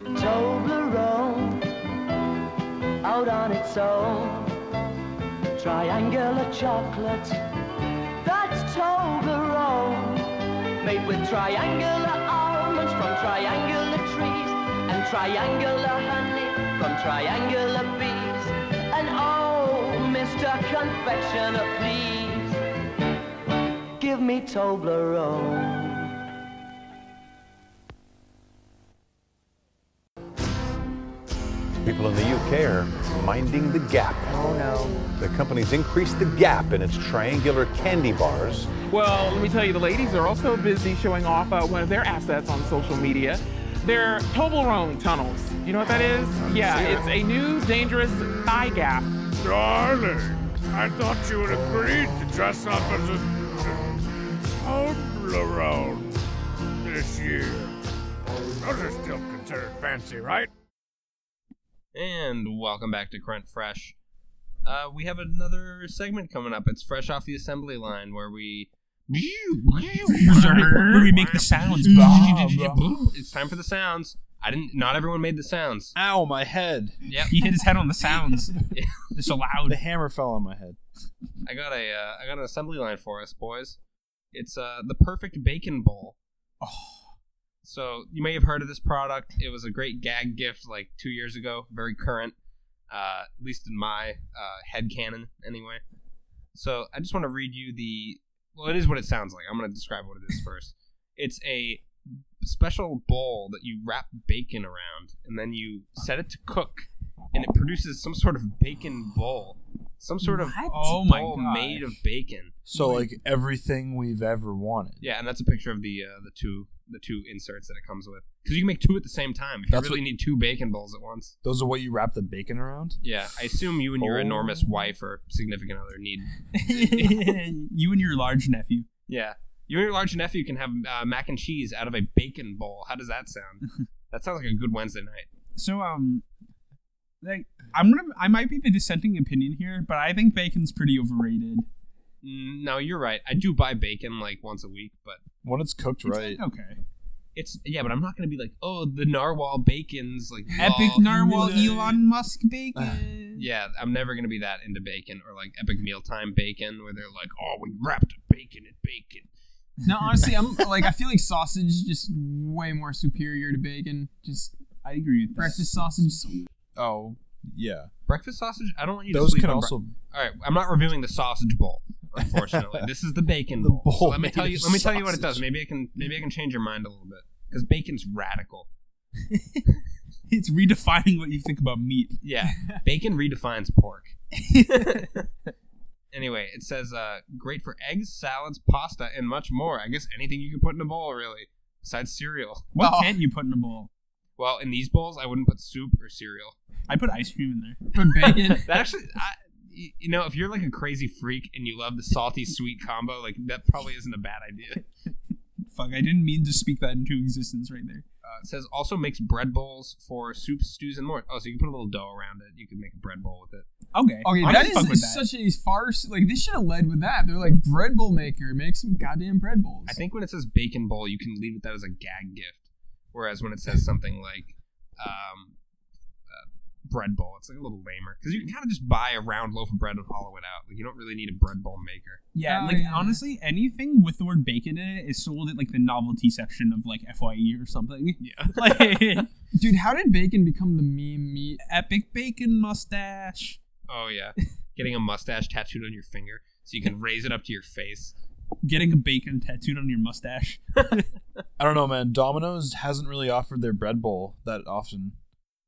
[SPEAKER 5] Toblerone, out on its own. Triangular chocolate, that's Toblerone. Made with triangular almonds from triangular trees, and triangular honey from triangular bees. And oh, Mr. Confectioner, please, give me Toblerone.
[SPEAKER 6] People in the UK are minding the gap.
[SPEAKER 5] Oh no.
[SPEAKER 6] The company's increased the gap in its triangular candy bars.
[SPEAKER 7] Well, let me tell you, the ladies are also busy showing off uh, one of their assets on social media. They're Toblerone tunnels. You know what that is? Yeah, it's a new dangerous thigh gap.
[SPEAKER 8] Darling, I thought you had agreed to dress up as a Toblerone this year. Those are still considered fancy, right?
[SPEAKER 1] And welcome back to Current Fresh. Uh, we have another segment coming up. It's Fresh Off the Assembly Line, where we.
[SPEAKER 2] Where we make the sounds.
[SPEAKER 1] it's time for the sounds. I didn't. Not everyone made the sounds.
[SPEAKER 4] Ow, my head.
[SPEAKER 1] Yep.
[SPEAKER 2] He hit his head on the sounds. It's so
[SPEAKER 4] The
[SPEAKER 2] loud.
[SPEAKER 4] hammer fell on my head.
[SPEAKER 1] I got a. Uh, I got an assembly line for us, boys. It's uh, the perfect bacon bowl.
[SPEAKER 2] Oh.
[SPEAKER 1] So you may have heard of this product. It was a great gag gift like two years ago, very current, uh, at least in my uh, head canon, anyway. So I just want to read you the. Well, it is what it sounds like. I'm going to describe what it is first. It's a special bowl that you wrap bacon around, and then you set it to cook, and it produces some sort of bacon bowl, some sort of
[SPEAKER 2] Oh my
[SPEAKER 1] bowl
[SPEAKER 2] gosh.
[SPEAKER 1] made of bacon.
[SPEAKER 4] So like everything we've ever wanted.
[SPEAKER 1] Yeah, and that's a picture of the uh, the two the two inserts that it comes with because you can make two at the same time. If
[SPEAKER 4] That's
[SPEAKER 1] you really
[SPEAKER 4] what-
[SPEAKER 1] need two bacon bowls at once.
[SPEAKER 4] Those are what you wrap the bacon around.
[SPEAKER 1] Yeah, I assume you and your
[SPEAKER 4] Oh.
[SPEAKER 1] enormous wife or significant other need.
[SPEAKER 2] you and your large nephew.
[SPEAKER 1] Yeah, you and your large nephew can have uh, mac and cheese out of a bacon bowl. How does that sound? that sounds like a good Wednesday night.
[SPEAKER 2] So um, like I'm gonna I might be the dissenting opinion here, but I think bacon's pretty overrated.
[SPEAKER 1] Mm, No, you're right. I do buy bacon like once a week, but
[SPEAKER 4] When it's cooked right.
[SPEAKER 2] It's like, okay.
[SPEAKER 1] it's yeah. But I'm not gonna be like, oh, the narwhal bacon's like
[SPEAKER 2] Epic
[SPEAKER 1] law."
[SPEAKER 2] narwhal Elon Musk bacon.
[SPEAKER 1] Yeah, I'm never gonna be that into bacon or like epic mealtime bacon where they're like, oh, we wrapped bacon in bacon.
[SPEAKER 3] No, honestly, I'm like I feel like sausage just way more superior to bacon. Just
[SPEAKER 2] I agree with that.
[SPEAKER 3] breakfast sausage. so-
[SPEAKER 4] Oh yeah.
[SPEAKER 1] Breakfast sausage? I don't want you to
[SPEAKER 4] Those
[SPEAKER 1] sleep
[SPEAKER 4] can
[SPEAKER 1] on bre-
[SPEAKER 4] also
[SPEAKER 1] All right, I'm not reviewing the sausage bowl, unfortunately. this is the bacon
[SPEAKER 4] The
[SPEAKER 1] bowl. So
[SPEAKER 4] bowl
[SPEAKER 1] let me
[SPEAKER 4] made
[SPEAKER 1] tell you.
[SPEAKER 4] of
[SPEAKER 1] Let me tell you what it does.
[SPEAKER 4] sausage.
[SPEAKER 1] Maybe I can. Maybe I can change your mind a little bit because bacon's radical.
[SPEAKER 2] It's redefining what you think about meat.
[SPEAKER 1] Yeah, bacon redefines pork. anyway, it says uh, great for eggs, salads, pasta, and much more. I guess anything you can put in a bowl, really, besides cereal.
[SPEAKER 2] What
[SPEAKER 3] Oh.
[SPEAKER 4] Oh,
[SPEAKER 2] can't you put in a bowl?
[SPEAKER 1] Well, in these bowls, I wouldn't put soup or cereal.
[SPEAKER 2] I put ice cream in there.
[SPEAKER 3] But bacon.
[SPEAKER 1] That actually, I, y- you know, if you're like a crazy freak and you love the salty sweet combo, like that probably isn't a bad idea.
[SPEAKER 2] Fuck, I didn't mean to speak that into existence right there.
[SPEAKER 1] Uh, it says also makes bread bowls for soups, stews, and more. Oh, so you can put a little dough around it. You can make a bread bowl with it.
[SPEAKER 2] Okay.
[SPEAKER 3] Okay,
[SPEAKER 2] I'm
[SPEAKER 3] Oh, that
[SPEAKER 2] fuck with
[SPEAKER 3] is such a farce. Like they should have led with that. They're like bread bowl maker, make some goddamn bread bowls.
[SPEAKER 1] I think when it says bacon bowl, you can leave it that as a gag gift. Whereas when it says something like um, uh, bread bowl, it's like a little lamer because you can kind of just buy a round loaf of bread and hollow it out. Like you don't really need a bread bowl maker.
[SPEAKER 2] Yeah,
[SPEAKER 3] Oh,
[SPEAKER 2] like
[SPEAKER 3] yeah.
[SPEAKER 2] honestly, anything with the word bacon in it is sold at like the novelty section of like FYE or something.
[SPEAKER 1] Yeah.
[SPEAKER 2] Like
[SPEAKER 3] Dude, how did bacon become the meme meat?
[SPEAKER 2] epic bacon mustache.
[SPEAKER 1] Oh yeah, getting a mustache tattooed on your finger so you can raise it up to your face.
[SPEAKER 2] Getting a bacon tattooed on your mustache.
[SPEAKER 4] I don't know, man. Domino's hasn't really offered their bread bowl that often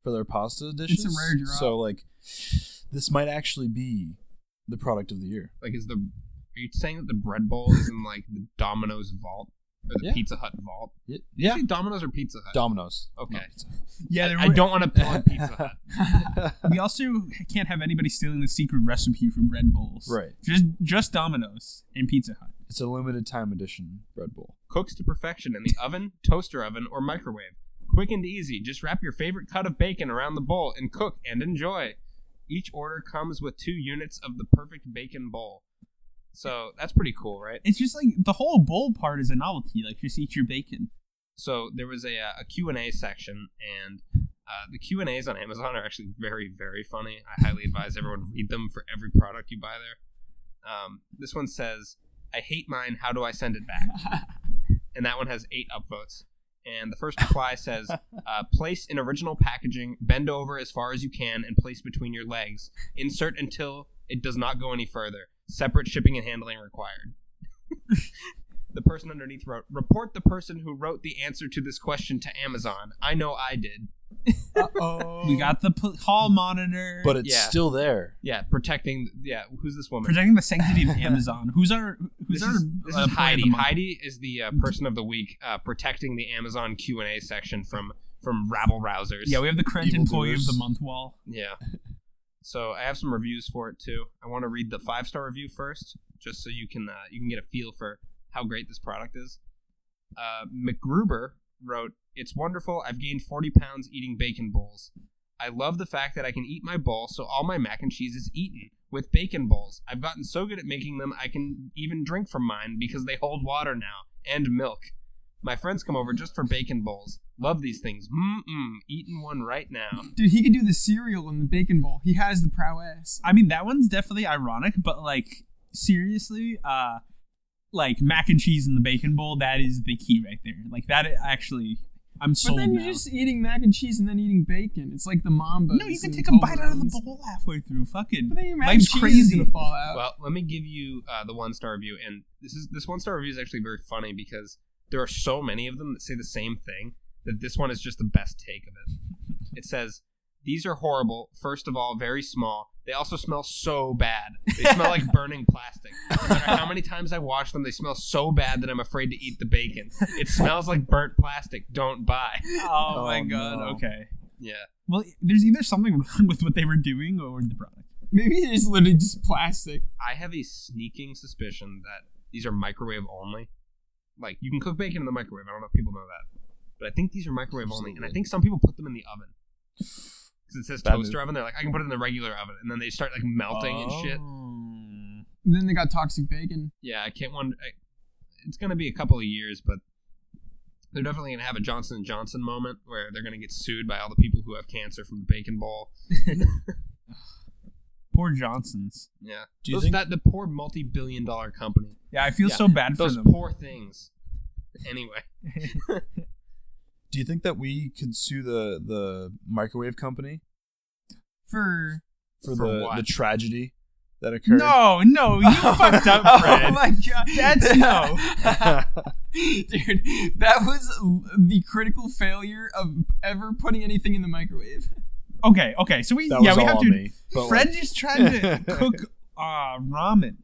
[SPEAKER 4] for their pasta dishes.
[SPEAKER 3] rare drop.
[SPEAKER 4] So like, this might actually be the product of the year.
[SPEAKER 1] Like is the are you saying that the bread bowl is in like the Domino's vault or the
[SPEAKER 4] Yeah.
[SPEAKER 1] Pizza Hut vault?
[SPEAKER 4] Yeah,
[SPEAKER 1] Did you say Domino's or Pizza Hut?
[SPEAKER 4] Domino's. Oh,
[SPEAKER 1] Okay.
[SPEAKER 2] Yeah, there
[SPEAKER 1] I
[SPEAKER 2] were-
[SPEAKER 1] don't want to plug Pizza Hut.
[SPEAKER 2] We also can't have anybody stealing the secret recipe for bread bowls.
[SPEAKER 4] Right.
[SPEAKER 2] Just just Domino's and Pizza Hut.
[SPEAKER 4] It's a limited time edition bread bowl.
[SPEAKER 1] Cooks to perfection in the oven, toaster oven, or microwave. Quick and easy. Just wrap your favorite cut of bacon around the bowl and cook and enjoy. Each order comes with two units of the perfect bacon bowl. So that's pretty cool, right?
[SPEAKER 2] It's just like the whole bowl part is a novelty. Like just eat your bacon.
[SPEAKER 1] So there was a, uh, a Q&A section, and uh, the Q&As on Amazon are actually very, very funny. I highly advise everyone read them for every product you buy there. Um, this one says, I hate mine. How do I send it back? and that one has eight upvotes. And the first reply says, uh, place in original packaging, bend over as far as you can, and place between your legs. Insert until it does not go any further. Separate shipping and handling required. the person underneath wrote, report the person who wrote the answer to this question to Amazon. I know I did.
[SPEAKER 3] oh.
[SPEAKER 2] We got the pl- hall monitor.
[SPEAKER 4] but it's
[SPEAKER 1] Yeah.
[SPEAKER 4] still there.
[SPEAKER 1] Yeah, protecting. Yeah, who's this woman?
[SPEAKER 2] protecting the sanctity of Amazon. Who's our who's
[SPEAKER 1] this
[SPEAKER 2] our
[SPEAKER 1] is, this
[SPEAKER 2] uh,
[SPEAKER 1] is
[SPEAKER 2] player of the
[SPEAKER 1] Heidi.
[SPEAKER 2] month?
[SPEAKER 1] Heidi is the uh, person of the week, uh, protecting the Amazon Q and A section from from rabble rousers.
[SPEAKER 2] Yeah, we have the current
[SPEAKER 4] Evil
[SPEAKER 2] employee
[SPEAKER 4] doers.
[SPEAKER 2] of the month wall.
[SPEAKER 1] yeah. So I have some reviews for it too. I want to read the five star review first, just so you can uh, you can get a feel for how great this product is. Uh, McGruber wrote, "It's wonderful. I've gained forty pounds eating bacon bowls. I love the fact that I can eat my bowl, so all my mac and cheese is eaten with bacon bowls. I've gotten so good at making them, I can even drink from mine because they hold water now and milk. My friends come over just for bacon bowls. Love these things. Mm-mm. Eating one right now.
[SPEAKER 3] Dude, he could do the cereal and the bacon bowl. He has the prowess.
[SPEAKER 2] I mean, that one's definitely ironic, but like seriously, uh, like mac and cheese in the bacon bowl. That is the key right there. Like that i- actually, I'm
[SPEAKER 3] But
[SPEAKER 2] sold
[SPEAKER 3] then
[SPEAKER 2] now.
[SPEAKER 3] you're just eating mac and cheese and then eating bacon. It's like the mamba.
[SPEAKER 2] no, you can take a bite out of the bowl halfway through. Fucking
[SPEAKER 3] But then your mac
[SPEAKER 2] life's
[SPEAKER 3] and cheese crazy. is
[SPEAKER 2] crazy.
[SPEAKER 3] gonna fall
[SPEAKER 2] Uh,
[SPEAKER 3] out.
[SPEAKER 1] Well, let me give you uh, the one star review, and this is this one star review is actually very funny because there are so many of them that say the same thing that this one is just the best take of it. It says, "These are horrible. First of all, very small. They also smell so bad. They smell like burning plastic. No matter how many times I wash them, they smell so bad that I'm afraid to eat the bacon. It smells like burnt plastic. Don't buy."
[SPEAKER 2] Oh, my
[SPEAKER 4] Oh,
[SPEAKER 2] god.
[SPEAKER 4] no.
[SPEAKER 2] Okay.
[SPEAKER 1] Yeah.
[SPEAKER 2] Well, there's either something wrong with what they were doing or the product.
[SPEAKER 3] Maybe it's literally just plastic.
[SPEAKER 1] I have a sneaking suspicion that these are microwave only. Like you can cook bacon in the microwave. I don't know if people know that, but I think these are microwave only, and I
[SPEAKER 4] Absolutely.
[SPEAKER 1] think some people put them in the oven because it says
[SPEAKER 4] That
[SPEAKER 1] toaster
[SPEAKER 4] is-
[SPEAKER 1] oven. They're like, I can put it in the regular oven, and then they start like melting and shit.
[SPEAKER 2] Oh.
[SPEAKER 3] And then they got toxic bacon.
[SPEAKER 1] Yeah, I can't wonder. I, it's gonna be a couple of years, but they're definitely gonna have a Johnson and Johnson moment where they're gonna get sued by all the people who have cancer from the bacon bowl.
[SPEAKER 2] Poor Johnsons.
[SPEAKER 1] Yeah,
[SPEAKER 4] Do you
[SPEAKER 1] Those-
[SPEAKER 4] think-
[SPEAKER 1] that the poor multi-billion-dollar company?
[SPEAKER 2] Yeah, I feel
[SPEAKER 1] Yeah,
[SPEAKER 2] so bad for
[SPEAKER 1] Those
[SPEAKER 2] them.
[SPEAKER 1] poor things. Anyway.
[SPEAKER 4] Do you think that we could sue the the microwave company
[SPEAKER 3] For
[SPEAKER 4] for,
[SPEAKER 1] For
[SPEAKER 4] the
[SPEAKER 1] what?
[SPEAKER 4] the tragedy that occurred?
[SPEAKER 2] no, no, you fucked up,
[SPEAKER 3] Oh
[SPEAKER 2] Fred.
[SPEAKER 3] my god.
[SPEAKER 2] That's no.
[SPEAKER 3] Dude, that was the critical failure of ever putting anything in the microwave.
[SPEAKER 2] Okay, okay. So we
[SPEAKER 4] That
[SPEAKER 2] yeah
[SPEAKER 4] was
[SPEAKER 2] we
[SPEAKER 4] all
[SPEAKER 2] have
[SPEAKER 4] on
[SPEAKER 2] to.
[SPEAKER 4] me. but,
[SPEAKER 2] Fred
[SPEAKER 4] like,
[SPEAKER 2] just tried to cook uh, ramen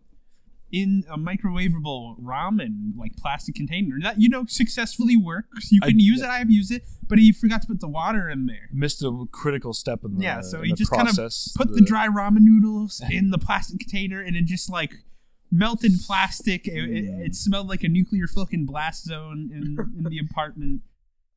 [SPEAKER 2] in a microwavable ramen like plastic container that you know successfully works. You
[SPEAKER 4] I-
[SPEAKER 2] can use it. I've used it, but he forgot to put the water in there.
[SPEAKER 4] missed a critical step in the
[SPEAKER 2] Yeah, so
[SPEAKER 4] in
[SPEAKER 2] he
[SPEAKER 4] the
[SPEAKER 2] just kind of
[SPEAKER 4] process,
[SPEAKER 2] put the, dry ramen noodles in the plastic container and it just like melted plastic it, it, it smelled like a nuclear fucking blast zone in, in the apartment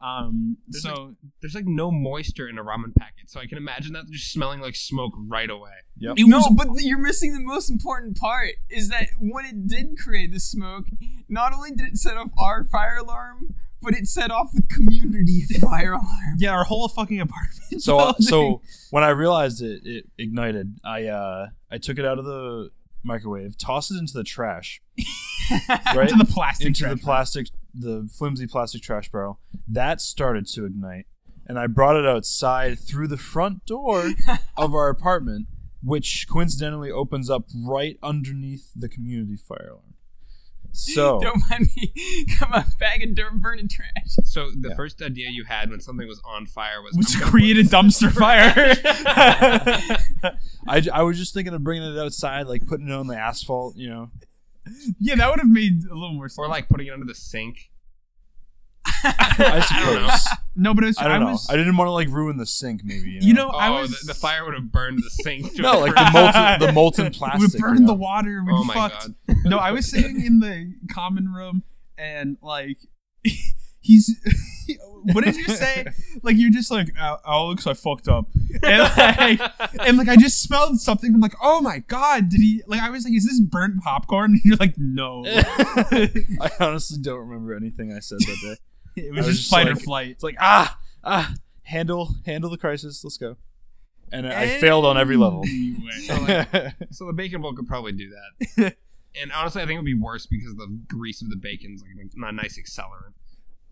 [SPEAKER 2] um
[SPEAKER 1] There's
[SPEAKER 2] so
[SPEAKER 1] there's like no moisture in a ramen packet, so I can imagine that just smelling like smoke right away.
[SPEAKER 4] Yep.
[SPEAKER 2] it
[SPEAKER 3] No,
[SPEAKER 2] was
[SPEAKER 3] but you're missing the most important part is that when it did create the smoke, not only did it set off our fire alarm, but it set off the community fire alarm.
[SPEAKER 2] yeah our whole fucking apartment
[SPEAKER 4] so uh,
[SPEAKER 2] building.
[SPEAKER 4] so when I realized it, it ignited. I uh I took it out of the microwave, tossed it into the trash, right
[SPEAKER 2] into the plastic
[SPEAKER 4] into the
[SPEAKER 2] trash.
[SPEAKER 4] plastic, the flimsy plastic trash barrel. That started to ignite, and I brought it outside through the front door of our apartment, which coincidentally opens up right underneath the community fire alarm.
[SPEAKER 2] Oh.
[SPEAKER 4] So
[SPEAKER 3] Don't mind me. Come on, bag of dirt burning trash.
[SPEAKER 1] So the
[SPEAKER 4] Yeah.
[SPEAKER 1] first idea you had when something was on fire was
[SPEAKER 2] which
[SPEAKER 1] I'm gonna
[SPEAKER 2] create a
[SPEAKER 1] put-
[SPEAKER 2] dumpster fire
[SPEAKER 4] I, I was just thinking of bringing it outside, like putting it on the asphalt, you know.
[SPEAKER 2] yeah that would have made a little more sense
[SPEAKER 1] or like putting it under the sink.
[SPEAKER 4] I suppose.
[SPEAKER 2] no but it was,
[SPEAKER 4] I don't know.
[SPEAKER 2] was
[SPEAKER 4] I didn't want to like ruin the sink, maybe. You know,
[SPEAKER 2] you know
[SPEAKER 1] Oh,
[SPEAKER 2] i was
[SPEAKER 1] the, the fire would have burned the sink. To a
[SPEAKER 4] no, like
[SPEAKER 1] crisp.
[SPEAKER 4] the molten, the molten plastic.
[SPEAKER 2] We burned
[SPEAKER 4] you
[SPEAKER 2] the
[SPEAKER 4] know?
[SPEAKER 2] water. We
[SPEAKER 1] Oh my
[SPEAKER 2] fucked.
[SPEAKER 1] God.
[SPEAKER 2] No, I was sitting in the common room and like he's. what did you say? Like you're just like "Al- Alex, I fucked up, and like, and like I just smelled something. I'm like, oh my god, did he? Like I was like, is this burnt popcorn? And you're like, no, it
[SPEAKER 4] I honestly don't remember anything I said that day.
[SPEAKER 2] was,
[SPEAKER 4] I was
[SPEAKER 2] just
[SPEAKER 4] just
[SPEAKER 2] fight or
[SPEAKER 4] like-
[SPEAKER 2] flight.
[SPEAKER 4] It's like ah ah, handle handle the crisis. Let's go. And I failed on every level.
[SPEAKER 2] Anyway.
[SPEAKER 1] so the bacon bowl could probably do that. and honestly, I think it would be worse because the grease of the bacon's like not a nice accelerant.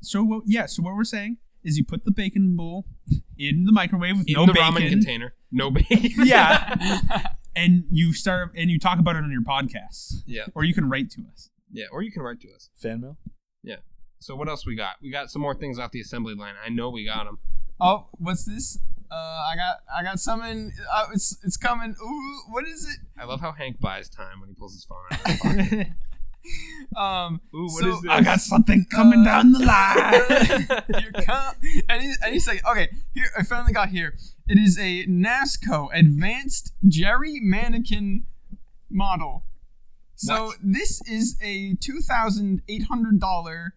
[SPEAKER 2] So what? Yeah. So what we're saying is, you put the bacon bowl in the microwave with
[SPEAKER 1] In
[SPEAKER 2] no
[SPEAKER 1] the
[SPEAKER 2] bacon.
[SPEAKER 1] ramen container, no bacon.
[SPEAKER 2] yeah. And you start and you talk about it on your podcast,
[SPEAKER 1] yeah,
[SPEAKER 2] or you can write to us.
[SPEAKER 1] yeah. Or you can write to us.
[SPEAKER 4] Fan mail.
[SPEAKER 1] So what else we got? We got some more things off the assembly line. I know we got them.
[SPEAKER 3] Oh, what's this? Uh, I got I got something. Uh, it's it's coming. Ooh, what is it?
[SPEAKER 1] I love how Hank buys time when he pulls his phone out.
[SPEAKER 3] Um,
[SPEAKER 1] Ooh, what
[SPEAKER 3] So,
[SPEAKER 1] is this?
[SPEAKER 2] I got something coming
[SPEAKER 3] Uh,
[SPEAKER 2] down the line.
[SPEAKER 3] here come and he, and he's like, okay, here I finally got here. It is a NASCO Advanced Jerry Mannequin model. So this is a two thousand eight hundred dollar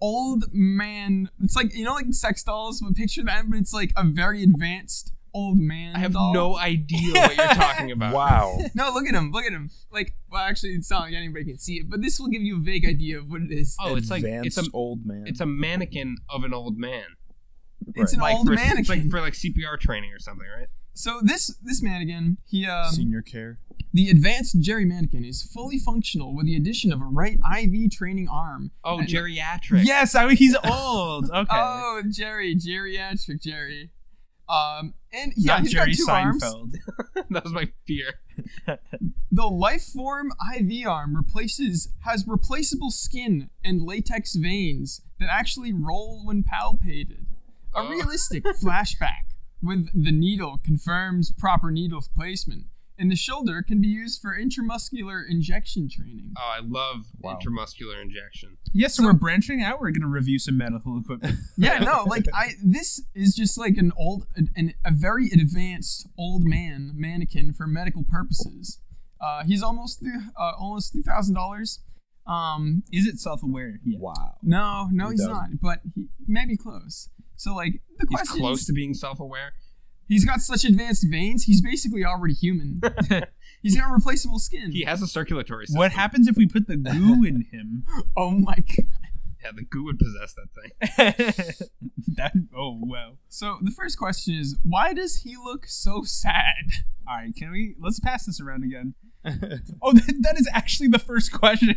[SPEAKER 3] old man. It's like you know, like sex dolls, but picture that, but it's like a very advanced old man.
[SPEAKER 1] I have
[SPEAKER 3] doll.
[SPEAKER 1] no idea what you're talking about.
[SPEAKER 4] Wow.
[SPEAKER 3] No, look at him. Look at him. Like, well, actually, it's not like anybody can see it, but this will give you a vague idea of what it is.
[SPEAKER 1] Oh, it's like it's
[SPEAKER 4] Advanced
[SPEAKER 1] a
[SPEAKER 4] old man.
[SPEAKER 1] it's a mannequin of an old man.
[SPEAKER 3] it's an
[SPEAKER 1] Like
[SPEAKER 3] old
[SPEAKER 1] for,
[SPEAKER 3] mannequin.
[SPEAKER 1] It's like for like CPR training or something, right?
[SPEAKER 3] so this this mannequin, he um,
[SPEAKER 4] senior care.
[SPEAKER 3] The advanced Jerry mannequin is fully functional with the addition of a right IV training arm.
[SPEAKER 1] Oh,
[SPEAKER 3] And-
[SPEAKER 1] geriatric.
[SPEAKER 2] yes, I mean, he's old. Okay.
[SPEAKER 3] Oh, Jerry, geriatric Jerry. Um, and yeah,
[SPEAKER 2] Not
[SPEAKER 3] he's
[SPEAKER 2] Jerry
[SPEAKER 3] got two arms.
[SPEAKER 2] Seinfeld.
[SPEAKER 1] that was my fear.
[SPEAKER 3] The Lifeform IV arm replaces has replaceable skin and latex veins that actually roll when palpated. A
[SPEAKER 1] Oh.
[SPEAKER 3] realistic flashback with the needle confirms proper needle placement, and the shoulder can be used for intramuscular injection training.
[SPEAKER 1] Oh, I love
[SPEAKER 4] Wow.
[SPEAKER 1] intramuscular injection.
[SPEAKER 2] Yes, so,
[SPEAKER 3] So-
[SPEAKER 2] we're branching out. We're going to review some medical equipment.
[SPEAKER 3] Yeah, no, like I this is just like an old an, a very advanced old man mannequin for medical purposes. Uh, he's almost th- uh, almost three thousand dollars. Um,
[SPEAKER 2] Is it self aware? Yeah.
[SPEAKER 4] Wow.
[SPEAKER 3] no, no, he's
[SPEAKER 4] 3,000.
[SPEAKER 3] not, but he maybe close. So like the
[SPEAKER 1] He's
[SPEAKER 3] question
[SPEAKER 1] close to being self-aware.
[SPEAKER 3] he's got such advanced veins. He's basically already human. he's got replaceable skin.
[SPEAKER 1] He has a circulatory system.
[SPEAKER 2] What happens if we put the goo in him?
[SPEAKER 3] Oh my god.
[SPEAKER 1] Yeah, the goo would possess that thing.
[SPEAKER 2] that, oh, wow.
[SPEAKER 3] So the first question is, why does he look so sad?
[SPEAKER 2] All right, can we? Let's pass this around again. oh, that, that is actually the first question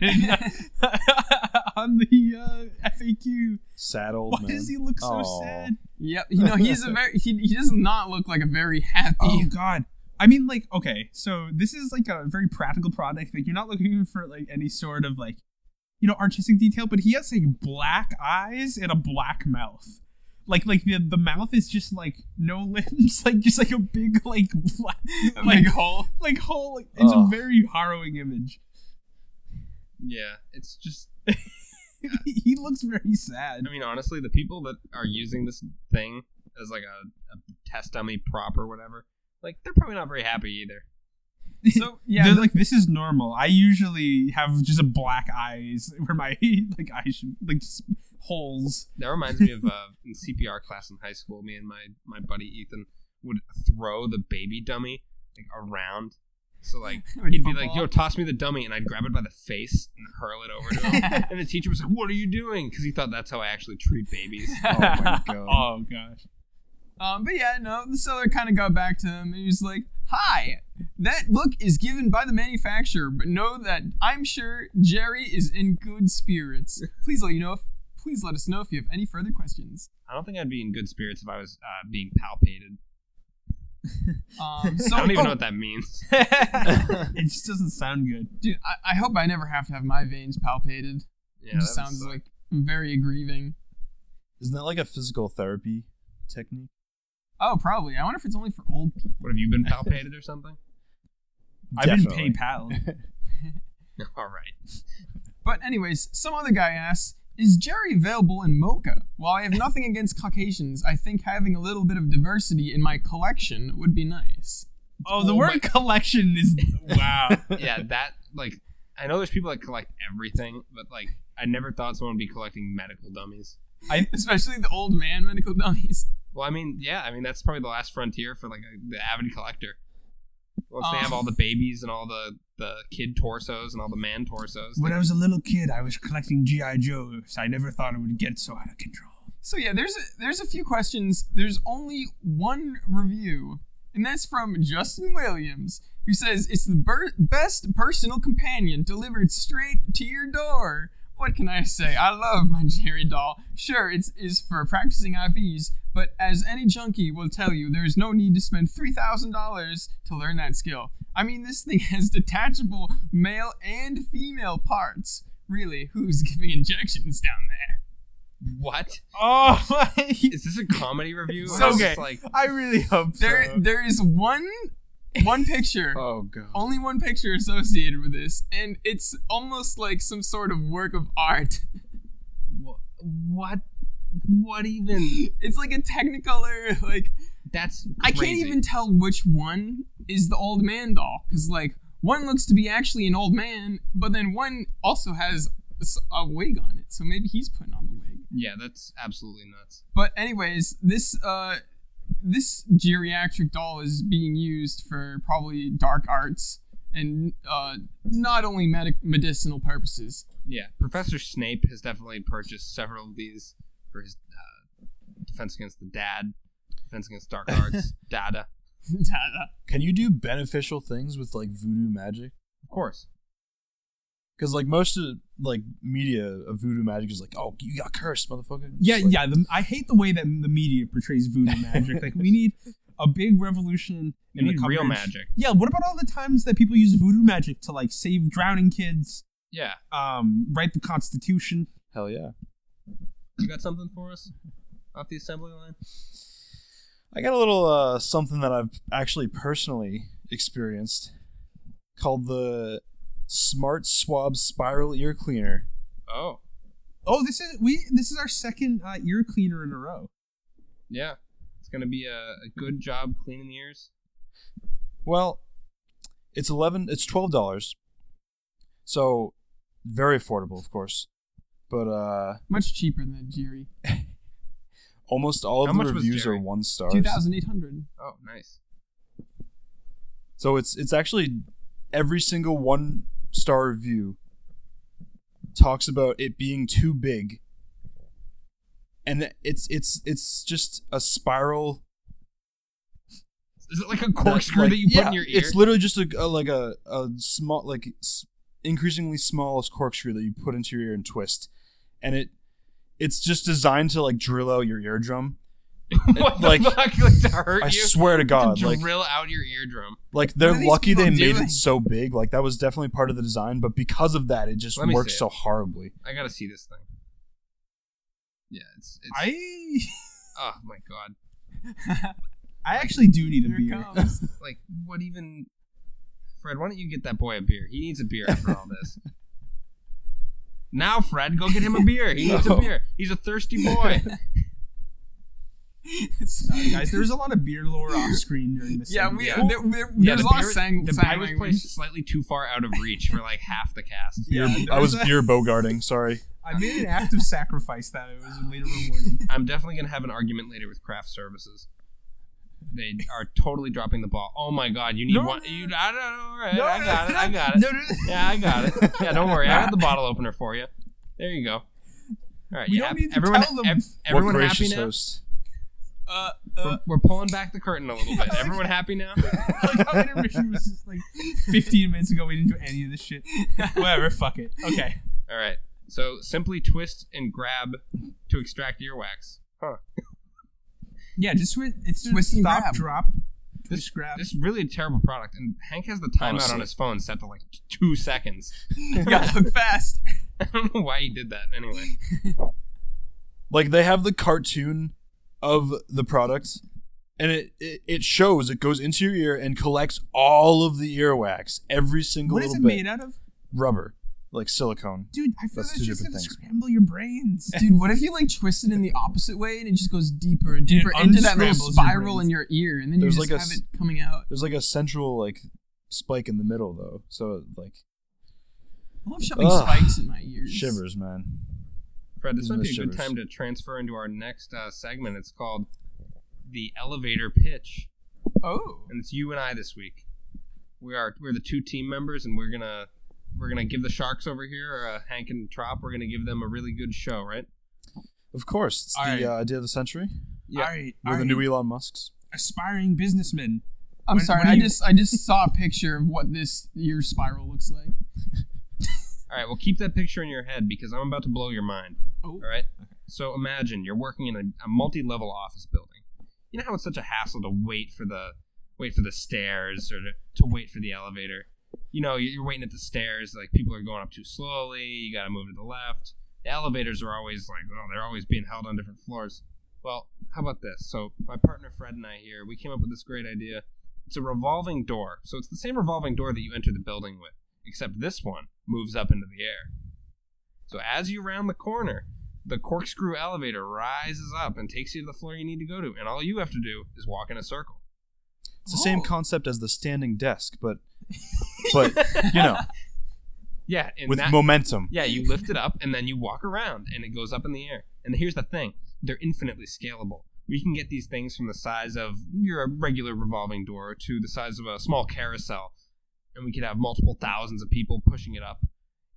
[SPEAKER 2] on the uh, FAQ.
[SPEAKER 4] Sad old
[SPEAKER 2] Why
[SPEAKER 4] man.
[SPEAKER 2] does he look so
[SPEAKER 4] Aw.
[SPEAKER 2] sad?
[SPEAKER 3] Yep, you know he's a very he, he does not look like a very happy.
[SPEAKER 2] Oh God. I mean, like, okay, so this is like a very practical product. Like, you're not looking for like any sort of like, you know, artistic detail, but he has like black eyes and a black mouth. Like, like the the mouth is just like no limbs, like just like a big like black like
[SPEAKER 3] Like, whole
[SPEAKER 2] like hole. Like, it's
[SPEAKER 4] Ugh.
[SPEAKER 2] a very harrowing image.
[SPEAKER 1] Yeah, it's just.
[SPEAKER 2] he looks very sad.
[SPEAKER 1] I mean, honestly, the people that are using this thing as like a, a test dummy prop or whatever, like they're probably not very happy either.
[SPEAKER 3] So yeah,
[SPEAKER 2] They're
[SPEAKER 3] the-
[SPEAKER 2] like, this is normal. I usually have just a black eyes where my like eyes should like just holes.
[SPEAKER 1] That reminds me of uh, in CPR class in high school. Me and my my buddy Ethan would throw the baby dummy like around. So like
[SPEAKER 3] Like
[SPEAKER 1] he'd be like,
[SPEAKER 3] football.
[SPEAKER 1] "Yo, toss me the dummy," and I'd grab it by the face and hurl it over to him. and the teacher was like, "What are you doing?" Because he thought that's how I actually treat babies.
[SPEAKER 4] Oh my god.
[SPEAKER 2] Oh gosh.
[SPEAKER 3] um, but yeah, no. The seller kind of got back to him and he was like, "Hi, that look is given by the manufacturer, but know that I'm sure Jerry is in good spirits. Please let you know if, please let us know if you have any further questions."
[SPEAKER 1] I don't think I'd be in good spirits if I was uh, being palpated.
[SPEAKER 3] Um, so
[SPEAKER 1] I don't even
[SPEAKER 3] oh,
[SPEAKER 1] know what that means.
[SPEAKER 2] it just doesn't sound good.
[SPEAKER 3] dude, I, I hope I never have to have my veins palpated.
[SPEAKER 1] Yeah,
[SPEAKER 3] it just
[SPEAKER 1] that uh, would
[SPEAKER 3] sounds
[SPEAKER 1] suck.
[SPEAKER 3] like very aggrieving.
[SPEAKER 4] Isn't that like a physical therapy technique?
[SPEAKER 3] Oh, probably. I wonder if it's only for old people.
[SPEAKER 1] What have you been palpated or something?
[SPEAKER 2] I've been PayPal.
[SPEAKER 1] All right.
[SPEAKER 3] But anyways, some other guy asks, is Jerry available in mocha? While I have nothing against Caucasians, I think having a little bit of diversity in my collection would be nice.
[SPEAKER 2] Oh, the word collection is wow.
[SPEAKER 1] Yeah, that like I know there's people that collect everything, but like I never thought someone would be collecting medical dummies.
[SPEAKER 3] Especially the old man medical dummies.
[SPEAKER 1] Well, I mean, yeah, I mean that's probably the last frontier for like a, the avid collector. Once they
[SPEAKER 3] Um.
[SPEAKER 1] have all the babies and all the the kid torsos and all the man torsos.
[SPEAKER 2] when
[SPEAKER 1] they-
[SPEAKER 2] I was a little kid, I was collecting GI Joes. I never thought it would get so out of control.
[SPEAKER 3] So yeah, there's a, there's a few questions. There's only one review, and that's from Justin Williams, who says it's the ber- best personal companion delivered straight to your door. What can I say? I love my Jerry doll. Sure, it's is for practicing IVs, but as any junkie will tell you, there is no need to spend three thousand dollars to learn that skill. I mean, this thing has detachable male and female parts. Really, who's giving injections down there?
[SPEAKER 1] What?
[SPEAKER 2] Oh,
[SPEAKER 1] Is this a comedy review?
[SPEAKER 2] So
[SPEAKER 1] I was
[SPEAKER 2] gay.
[SPEAKER 1] just Like,
[SPEAKER 2] I really hope so.
[SPEAKER 3] There, there is one, one picture,
[SPEAKER 4] Oh god.
[SPEAKER 3] only one picture associated with this, and it's almost like some sort of work of art.
[SPEAKER 1] wh- what? What even?
[SPEAKER 3] It's like a Technicolor. Like
[SPEAKER 1] That's
[SPEAKER 3] I can't
[SPEAKER 1] crazy.
[SPEAKER 3] even tell which one is the old man doll, because like one looks to be actually an old man, but then one also has a s- a wig on it, so maybe he's putting on the wig.
[SPEAKER 1] Yeah, that's absolutely nuts.
[SPEAKER 3] But anyways, this uh this geriatric doll is being used for probably dark arts and uh not only medic medicinal purposes.
[SPEAKER 1] Yeah, Professor Snape has definitely purchased several of these for his uh, defense against the dad, defense against dark arts, data.
[SPEAKER 3] Dada.
[SPEAKER 4] Can you do beneficial things with like voodoo magic?
[SPEAKER 1] Of course.
[SPEAKER 4] Because like most of the, like media of voodoo magic is like, oh, you got cursed, motherfucker. It's
[SPEAKER 2] Yeah,
[SPEAKER 4] like-
[SPEAKER 2] yeah. The, I hate the way that the media portrays voodoo magic. Like, we need a big revolution
[SPEAKER 1] We
[SPEAKER 2] in
[SPEAKER 1] need
[SPEAKER 2] the
[SPEAKER 1] real
[SPEAKER 2] coverage.
[SPEAKER 1] magic.
[SPEAKER 2] Yeah. What about all the times that people use voodoo magic to like save drowning kids,
[SPEAKER 1] Yeah.
[SPEAKER 2] um, write the Constitution?
[SPEAKER 4] Hell yeah.
[SPEAKER 1] You got something for us off the assembly line?
[SPEAKER 4] I got a little uh, something that I've actually personally experienced called the Smart Swab Spiral Ear Cleaner.
[SPEAKER 1] Oh,
[SPEAKER 2] Oh, this is we. This is our second uh, ear cleaner in a row.
[SPEAKER 1] yeah. It's going to be a, a good job cleaning the ears.
[SPEAKER 4] Well, it's eleven. It's twelve dollars. So, very affordable, of course. But uh,
[SPEAKER 3] Much cheaper than Jerry.
[SPEAKER 4] almost all of
[SPEAKER 1] How
[SPEAKER 4] the
[SPEAKER 1] much was
[SPEAKER 4] reviews are
[SPEAKER 1] Jerry?
[SPEAKER 4] one stars.
[SPEAKER 3] Two thousand eight hundred.
[SPEAKER 1] Oh, nice.
[SPEAKER 4] So it's it's actually every single one star review talks about it being too big. And it's it's it's just a spiral
[SPEAKER 1] Is it like a
[SPEAKER 4] that,
[SPEAKER 1] corkscrew that,
[SPEAKER 4] like-
[SPEAKER 1] you put
[SPEAKER 4] yeah,
[SPEAKER 1] in your ear?
[SPEAKER 4] It's literally just a, a- like a, a small like s- increasingly small corkscrew that you put into your ear and twist. And it it's just designed to like drill out your eardrum.
[SPEAKER 1] what the
[SPEAKER 4] like-
[SPEAKER 1] fuck? Like to hurt
[SPEAKER 4] I
[SPEAKER 1] you?
[SPEAKER 4] swear to god,
[SPEAKER 1] to
[SPEAKER 4] like
[SPEAKER 1] drill out your eardrum.
[SPEAKER 4] Like they're
[SPEAKER 3] are these
[SPEAKER 4] lucky they
[SPEAKER 3] people
[SPEAKER 4] made
[SPEAKER 3] doing?
[SPEAKER 4] it so big. Like that was definitely part of the design, but because of that, it just
[SPEAKER 1] Let me
[SPEAKER 4] works
[SPEAKER 1] see
[SPEAKER 4] so
[SPEAKER 1] it.
[SPEAKER 4] horribly.
[SPEAKER 1] I gotta see this thing. Yeah, it's. it's
[SPEAKER 2] I
[SPEAKER 1] oh my god!
[SPEAKER 2] I actually do need a
[SPEAKER 3] Here it
[SPEAKER 2] beer.
[SPEAKER 3] comes.
[SPEAKER 1] Like, what even? Fred, why don't you get that boy a beer? He needs a beer after all this. Now, Fred, go get him a beer. He needs a
[SPEAKER 4] No.
[SPEAKER 1] beer. He's a thirsty boy.
[SPEAKER 2] Sorry, guys. There was a lot of beer lore off screen during this.
[SPEAKER 3] yeah,
[SPEAKER 2] segment.
[SPEAKER 3] we
[SPEAKER 1] Yeah.
[SPEAKER 3] There, there,
[SPEAKER 1] Yeah,
[SPEAKER 3] there's
[SPEAKER 1] the
[SPEAKER 3] a lot
[SPEAKER 1] beer-
[SPEAKER 3] of sang,
[SPEAKER 1] the
[SPEAKER 3] sang
[SPEAKER 1] beer was
[SPEAKER 3] language.
[SPEAKER 1] placed slightly too far out of reach for like half the cast.
[SPEAKER 2] Yeah, there
[SPEAKER 4] I was
[SPEAKER 2] a-
[SPEAKER 4] beer bogarting. Sorry.
[SPEAKER 2] I made an active sacrifice that it was later rewarded.
[SPEAKER 1] I'm definitely gonna have an argument later with craft services. They are totally dropping the ball. Oh my god! You need
[SPEAKER 2] No,
[SPEAKER 1] one.
[SPEAKER 2] no,
[SPEAKER 1] You,
[SPEAKER 2] no.
[SPEAKER 1] I don't know. all right, I got it. I got it.
[SPEAKER 2] No, no, no.
[SPEAKER 1] Yeah, I got it. Yeah, don't worry. I got the bottle opener for you. There you go. All right.
[SPEAKER 2] We
[SPEAKER 1] you
[SPEAKER 2] don't
[SPEAKER 1] hap-
[SPEAKER 2] need to
[SPEAKER 1] everyone,
[SPEAKER 2] tell them.
[SPEAKER 1] everyone
[SPEAKER 4] what
[SPEAKER 1] happy
[SPEAKER 4] gracious
[SPEAKER 1] now?
[SPEAKER 4] host.
[SPEAKER 3] Uh,
[SPEAKER 1] We're,
[SPEAKER 3] uh,
[SPEAKER 1] we're pulling back the curtain a little bit.
[SPEAKER 2] like-
[SPEAKER 1] Everyone happy now?
[SPEAKER 2] like how intermission was just like 15 minutes ago. We didn't do any of this shit. Whatever. Fuck it. Okay.
[SPEAKER 1] All right. So simply twist and grab to extract earwax.
[SPEAKER 2] Yeah, just twi- it's just
[SPEAKER 3] Twist and
[SPEAKER 2] stop,
[SPEAKER 3] grab.
[SPEAKER 2] drop, twist, grab.
[SPEAKER 1] This is really a terrible product, and Hank has the timeout
[SPEAKER 4] Honestly.
[SPEAKER 1] on his phone set to like t- two seconds.
[SPEAKER 3] you gotta look fast.
[SPEAKER 1] I don't know why he did that. Anyway,
[SPEAKER 4] Like they have the cartoon of the product, and it, it it shows it goes into your ear and collects all of the earwax, every single
[SPEAKER 2] What is
[SPEAKER 4] little
[SPEAKER 2] it
[SPEAKER 4] bit.
[SPEAKER 2] made out of?
[SPEAKER 4] Rubber, like silicone.
[SPEAKER 2] Dude, I feel
[SPEAKER 4] That's
[SPEAKER 2] that's
[SPEAKER 4] two
[SPEAKER 2] just gonna
[SPEAKER 4] different things.
[SPEAKER 2] scramble your brains.
[SPEAKER 3] Dude, what if you like twist it in the opposite way and it just goes deeper and
[SPEAKER 2] Dude, it
[SPEAKER 3] deeper into that little
[SPEAKER 2] unscrambles your
[SPEAKER 3] spiral
[SPEAKER 2] brains.
[SPEAKER 3] in your ear, and then
[SPEAKER 4] There's
[SPEAKER 3] you just
[SPEAKER 4] like a
[SPEAKER 3] have
[SPEAKER 4] s-
[SPEAKER 3] it coming out.
[SPEAKER 4] There's like a central like spike in the middle though, so it, like
[SPEAKER 3] I love shoving
[SPEAKER 4] Ugh.
[SPEAKER 3] spikes in my ears.
[SPEAKER 4] shivers, man.
[SPEAKER 1] Fred, this
[SPEAKER 4] These
[SPEAKER 1] might be a good
[SPEAKER 4] mischievous.
[SPEAKER 1] time to transfer into our next uh, segment. It's called the elevator pitch.
[SPEAKER 3] Oh,
[SPEAKER 1] and it's you and I this week. We are we're the two team members, and we're gonna we're gonna give the Sharks over here, uh, Hank and Trop. We're gonna give them a really good show, right?
[SPEAKER 4] Of course, it's the
[SPEAKER 2] Alright.
[SPEAKER 4] uh, idea of the century.
[SPEAKER 1] Yeah.
[SPEAKER 2] All right, all
[SPEAKER 4] We're the
[SPEAKER 2] right.
[SPEAKER 4] new Elon Musks.
[SPEAKER 2] aspiring businessman.
[SPEAKER 3] I'm
[SPEAKER 2] When-
[SPEAKER 3] sorry.
[SPEAKER 2] when
[SPEAKER 3] I
[SPEAKER 2] you-
[SPEAKER 3] just I just saw a picture of what this ear spiral looks like.
[SPEAKER 1] All right. Well, keep that picture in your head because I'm about to blow your mind.
[SPEAKER 3] Oh.
[SPEAKER 1] All right. So imagine you're working in a, a multi-level office building. You know how it's such a hassle to wait for the wait for the stairs or to, to wait for the elevator. You know, you- you're waiting at the stairs. Like people are going up too slowly. You got to move to the left. the elevators are always like, oh, they're always being held on different floors. Well, how about this? So my partner Fred and I here, we came up with this great idea. It's a revolving door. So it's the same revolving door that you enter the building with, except this one moves up into the air. So as you round the corner, the corkscrew elevator rises up and takes you to the floor you need to go to, and all you have to do is walk in a circle.
[SPEAKER 4] It's the
[SPEAKER 2] Oh.
[SPEAKER 4] same concept as the standing desk, but but you know,
[SPEAKER 1] Yeah, and
[SPEAKER 4] with
[SPEAKER 1] that-
[SPEAKER 4] momentum.
[SPEAKER 1] Yeah, you lift it up and then you walk around and it goes up in the air. And here's the thing they're infinitely scalable. We can get these things from the size of your regular revolving door to the size of a small carousel. And we could have multiple thousands of people pushing it up.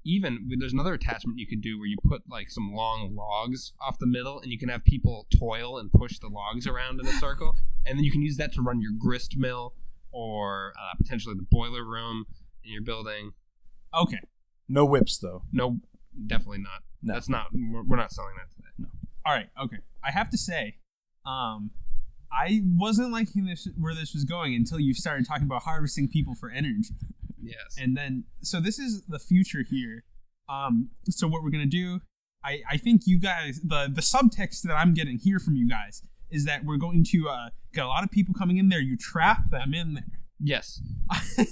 [SPEAKER 1] Even there's another attachment you could do where you put like some long logs off the middle and you can have people toil and push the logs around in a circle. And then you can use that to run your grist mill or uh, potentially the boiler room in your building.
[SPEAKER 2] Okay.
[SPEAKER 4] No whips though.
[SPEAKER 1] No, definitely not.
[SPEAKER 4] No.
[SPEAKER 1] That's not. We're we're not selling that today.
[SPEAKER 2] All right. Okay. I have to say, um, I wasn't liking this where this was going until you started talking about harvesting people for energy.
[SPEAKER 1] Yes.
[SPEAKER 2] and then so this is the future here um so what we're gonna do i i think you guys the the subtext that i'm getting here from you guys is that we're going to uh get a lot of people coming in there you trap them in there
[SPEAKER 1] yes.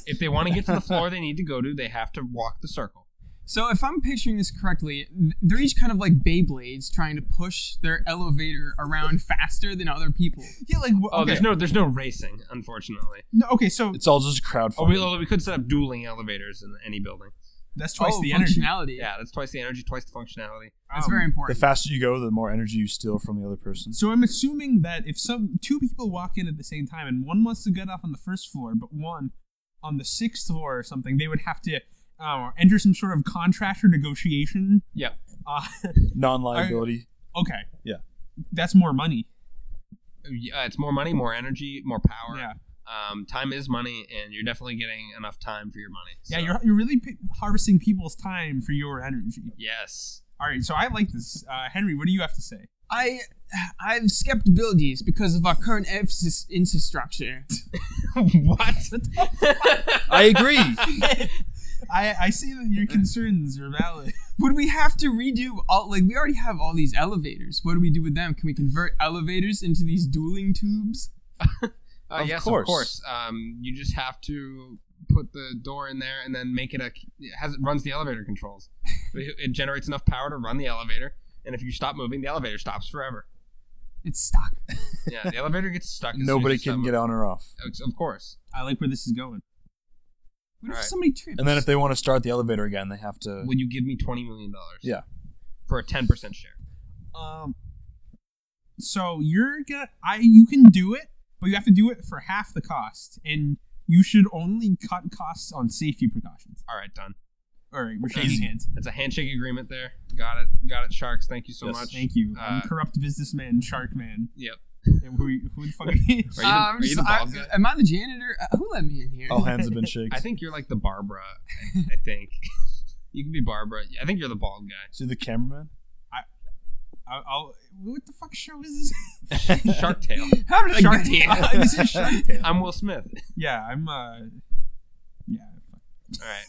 [SPEAKER 1] if they want to get to the floor they need to go to, they have to walk the circle.
[SPEAKER 3] So if I'm picturing this correctly, th- they're each kind of like Beyblades trying to push their elevator around faster than other people.
[SPEAKER 2] yeah like wh-
[SPEAKER 1] Oh,
[SPEAKER 2] okay.
[SPEAKER 1] there's no, there's no racing, unfortunately.
[SPEAKER 2] No, okay so
[SPEAKER 4] It's all just crowdfunding.
[SPEAKER 1] Oh, we, although we could set up dueling elevators in any building.
[SPEAKER 2] that's twice
[SPEAKER 3] oh,
[SPEAKER 2] the energy
[SPEAKER 3] functionality.
[SPEAKER 1] Yeah, that's twice the energy, twice the functionality.
[SPEAKER 3] That's
[SPEAKER 2] Um,
[SPEAKER 3] very
[SPEAKER 4] the
[SPEAKER 3] important.
[SPEAKER 4] faster you go, the more energy you steal from the other person.
[SPEAKER 2] so i'm assuming that if some two people walk in at the same time and one wants to get off on the first floor but one on the sixth floor or something they would have to uh, enter some sort of contract or negotiation
[SPEAKER 1] Yeah.
[SPEAKER 2] uh,
[SPEAKER 4] Non-liability.
[SPEAKER 2] okay
[SPEAKER 4] Yeah.
[SPEAKER 2] that's more money
[SPEAKER 1] Uh, it's more money, more energy, more power.
[SPEAKER 2] Yeah,
[SPEAKER 1] Um, time is money, and you're definitely getting enough time for your money.
[SPEAKER 2] yeah,
[SPEAKER 1] So,
[SPEAKER 2] you're you're really p- harvesting people's time for your energy.
[SPEAKER 1] Yes.
[SPEAKER 2] All right, so I like this, uh, Henry. What do you have to say?
[SPEAKER 3] I I have skeptabilities because of our current emphasis infrastructure.
[SPEAKER 1] what?
[SPEAKER 4] I agree.
[SPEAKER 2] I I see that your concerns are valid.
[SPEAKER 3] Would we have to redo all like we already have all these elevators? What do we do with them? Can we convert elevators into these dueling tubes?
[SPEAKER 1] Uh,
[SPEAKER 4] Of
[SPEAKER 1] yes,
[SPEAKER 4] course.
[SPEAKER 1] of course. Um, you just have to put the door in there and then make it a it has it runs the elevator controls. it, it generates enough power to run the elevator, and if you stop moving, the elevator stops forever.
[SPEAKER 3] It's stuck.
[SPEAKER 1] Yeah, the elevator gets stuck.
[SPEAKER 4] Nobody can get on or off.
[SPEAKER 1] Of course.
[SPEAKER 2] I like where this is going.
[SPEAKER 3] What if
[SPEAKER 1] Right.
[SPEAKER 3] somebody trips?
[SPEAKER 4] And then if they want to start the elevator again, they have to.
[SPEAKER 1] Will you give me twenty million dollars?
[SPEAKER 4] Yeah.
[SPEAKER 1] For a ten percent share.
[SPEAKER 2] Um, so you're gonna I you can do it, but you have to do it for half the cost, and you should only cut costs on safety precautions.
[SPEAKER 1] All right, done.
[SPEAKER 2] All right, we're shaking hands.
[SPEAKER 1] That's a handshake agreement there. Got it. Got it. Sharks. Thank you so
[SPEAKER 4] Yes.
[SPEAKER 1] much.
[SPEAKER 2] Thank you.
[SPEAKER 1] Uh,
[SPEAKER 2] I'm corrupt businessman, shark man.
[SPEAKER 1] Yep.
[SPEAKER 2] And who, who the fuck?
[SPEAKER 1] Are you the,
[SPEAKER 3] Um,
[SPEAKER 1] are you
[SPEAKER 3] so
[SPEAKER 1] the
[SPEAKER 3] I-
[SPEAKER 1] bald guy?
[SPEAKER 3] am I the janitor? Uh, who let me in here?
[SPEAKER 4] All hands have been shaken.
[SPEAKER 1] I think you're like the Barbara. I, I think you can be Barbara. I think you're the bald guy.
[SPEAKER 4] See the cameraman.
[SPEAKER 2] I'll, I'll, what the fuck show is this?
[SPEAKER 1] Shark Tale.
[SPEAKER 3] How did I
[SPEAKER 1] Shark
[SPEAKER 3] get
[SPEAKER 1] Tale.
[SPEAKER 3] here?
[SPEAKER 2] Uh, this is Shark Tale.
[SPEAKER 1] I'm Will Smith.
[SPEAKER 2] Yeah, I'm. uh Yeah,
[SPEAKER 1] All right.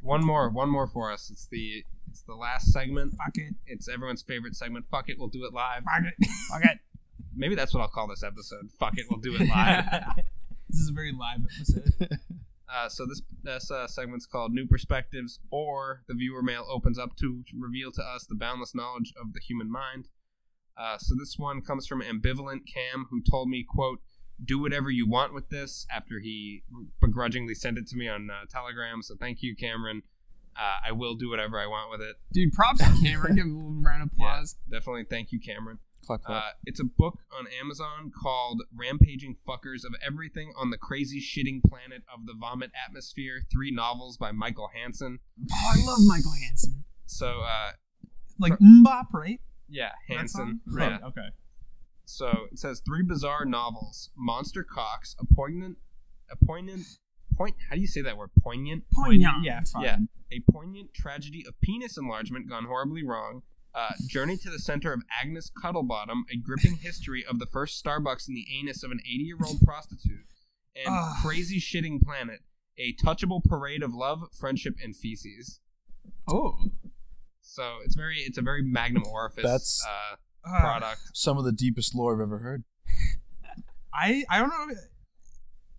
[SPEAKER 1] One more, one more for us. It's the it's the last segment.
[SPEAKER 2] fuck it,
[SPEAKER 1] It's everyone's favorite segment. Fuck it, we'll do it live.
[SPEAKER 2] fuck it, fuck it.
[SPEAKER 1] Maybe that's what I'll call this episode. Fuck it, we'll do it live.
[SPEAKER 2] this is a very live episode.
[SPEAKER 1] Uh, so this this uh, segment's called New Perspectives, or the viewer mail opens up to reveal to us the boundless knowledge of the human mind. Uh, so this one comes from ambivalent Cam, who told me, "quote Do whatever you want with this." After he begrudgingly sent it to me on uh, Telegram. So thank you, Cameron. Uh, I will do whatever I want with it.
[SPEAKER 3] Dude, props to Cameron. Give him a little round of
[SPEAKER 1] Yeah,
[SPEAKER 3] applause.
[SPEAKER 1] definitely. Thank you, Cameron.
[SPEAKER 4] Clock, clock.
[SPEAKER 1] Uh, it's a book on Amazon called Rampaging Fuckers of Everything on the Crazy Shitting Planet of the Vomit Atmosphere, three novels by Michael Hansen.
[SPEAKER 3] Oh, I love Michael Hansen.
[SPEAKER 1] So, uh,
[SPEAKER 2] like Mbop, right?
[SPEAKER 1] yeah,
[SPEAKER 2] That
[SPEAKER 1] Hansen.
[SPEAKER 2] song?
[SPEAKER 1] Yeah.
[SPEAKER 2] Right. Okay.
[SPEAKER 1] So it says three bizarre novels Monster Cox, a poignant, a poignant, point, how do you say that word? Poignant?
[SPEAKER 3] Poignant.
[SPEAKER 2] Oh, Yeah. Fine.
[SPEAKER 1] Yeah. A poignant tragedy of penis enlargement gone horribly wrong. Uh, journey to the center of Agnes Cuddlebottom, a gripping history of the first Starbucks in the anus of an 80 year old prostitute, and
[SPEAKER 2] Ah.
[SPEAKER 1] Crazy Shitting Planet, a touchable parade of love, friendship, and feces.
[SPEAKER 3] Oh.
[SPEAKER 1] So it's very it's a very magnum orifice
[SPEAKER 4] That's-
[SPEAKER 1] uh,
[SPEAKER 2] Uh,
[SPEAKER 1] product.
[SPEAKER 4] Some of the deepest lore I've ever heard.
[SPEAKER 2] I I don't know.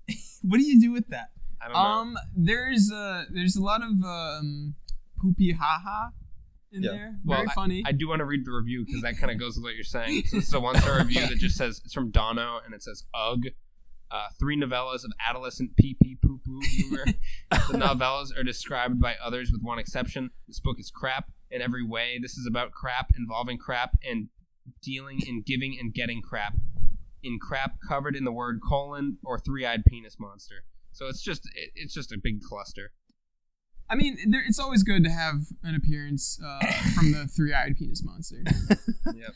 [SPEAKER 2] what do you do with that?
[SPEAKER 1] I don't know.
[SPEAKER 3] Um, there's uh, there's a lot of um, poopy haha in
[SPEAKER 4] Yeah.
[SPEAKER 3] there.
[SPEAKER 1] Well,
[SPEAKER 3] Very funny.
[SPEAKER 1] I do want to read the review because that kind of goes with what you're saying. So, so one's a review that just says it's from Dono and it says ugh. Uh, three novellas of adolescent pee pee poo poo humor. the novellas are described by others with one exception. This book is crap in every way. This is about crap involving crap and dealing in giving and getting crap. In crap covered in the word colon or three eyed penis monster. So it's just it, it's just a big cluster.
[SPEAKER 3] I mean, there, it's always good to have an appearance uh, from the three-eyed penis monster.
[SPEAKER 1] yep.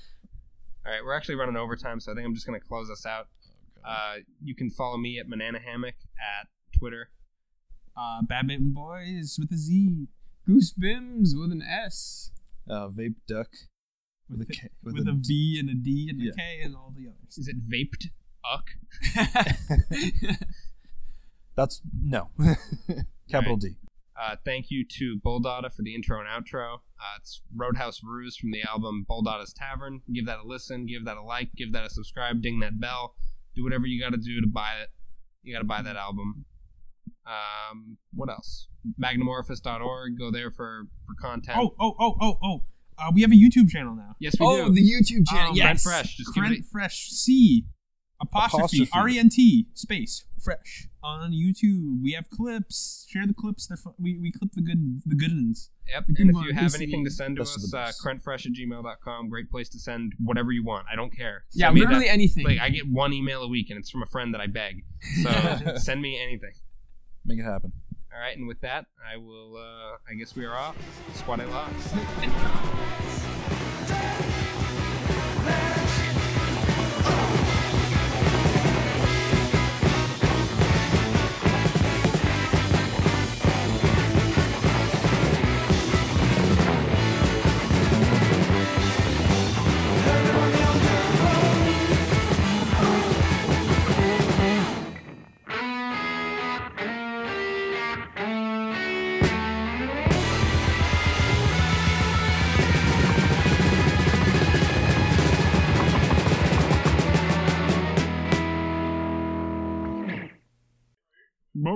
[SPEAKER 1] All right, we're actually running overtime, so I think I'm just going to close us out. Uh, you can follow me at Banana Hammock at Twitter.
[SPEAKER 2] Uh, Badminton Boys with a Z.
[SPEAKER 3] Goose Bims with an S.
[SPEAKER 4] Uh, vape duck with a K.
[SPEAKER 2] With,
[SPEAKER 4] With,
[SPEAKER 2] a
[SPEAKER 4] a
[SPEAKER 2] V and a D and
[SPEAKER 4] Yeah.
[SPEAKER 2] a K and all the others.
[SPEAKER 1] Is it Vaped Uck?
[SPEAKER 4] That's no. Capital D.
[SPEAKER 1] Uh, thank you to Bulldada for the intro and outro. Uh, it's Roadhouse Ruse from the album Bulldada's Tavern. Give that a listen, give that a like, give that a subscribe, ding that bell. Do whatever you got to do to buy it. You got to buy that album. Um, what else? Magnumorphis.org. Go there for, for content.
[SPEAKER 2] Oh oh oh oh oh. Uh, we have a YouTube channel now.
[SPEAKER 1] yes, we
[SPEAKER 3] oh,
[SPEAKER 1] do.
[SPEAKER 3] the YouTube channel.
[SPEAKER 1] Um,
[SPEAKER 3] yeah.
[SPEAKER 1] Brent Fresh, just give
[SPEAKER 2] Brent
[SPEAKER 1] it-
[SPEAKER 2] Fresh C apostrophe,
[SPEAKER 4] Apostrophe.
[SPEAKER 2] R E N T space fresh on YouTube. We have clips. Share the clips. They're fun. We, we clip the good the good ones.
[SPEAKER 1] Yep.
[SPEAKER 3] Good
[SPEAKER 1] And if
[SPEAKER 3] one.
[SPEAKER 1] you have
[SPEAKER 3] Good
[SPEAKER 1] anything to send to
[SPEAKER 4] Best of
[SPEAKER 1] us,
[SPEAKER 4] the
[SPEAKER 1] uh,
[SPEAKER 4] best.
[SPEAKER 1] crentfresh at gmail.com. Great place to send whatever you want. I don't care.
[SPEAKER 3] Yeah,
[SPEAKER 1] Send me
[SPEAKER 3] literally
[SPEAKER 1] that-
[SPEAKER 3] anything.
[SPEAKER 1] Like, I get one email a week, and it's from a friend that I beg. So send me anything.
[SPEAKER 4] Make it happen.
[SPEAKER 1] All right. And with that, I will, uh, I guess we are off. Squad A lot. Blah,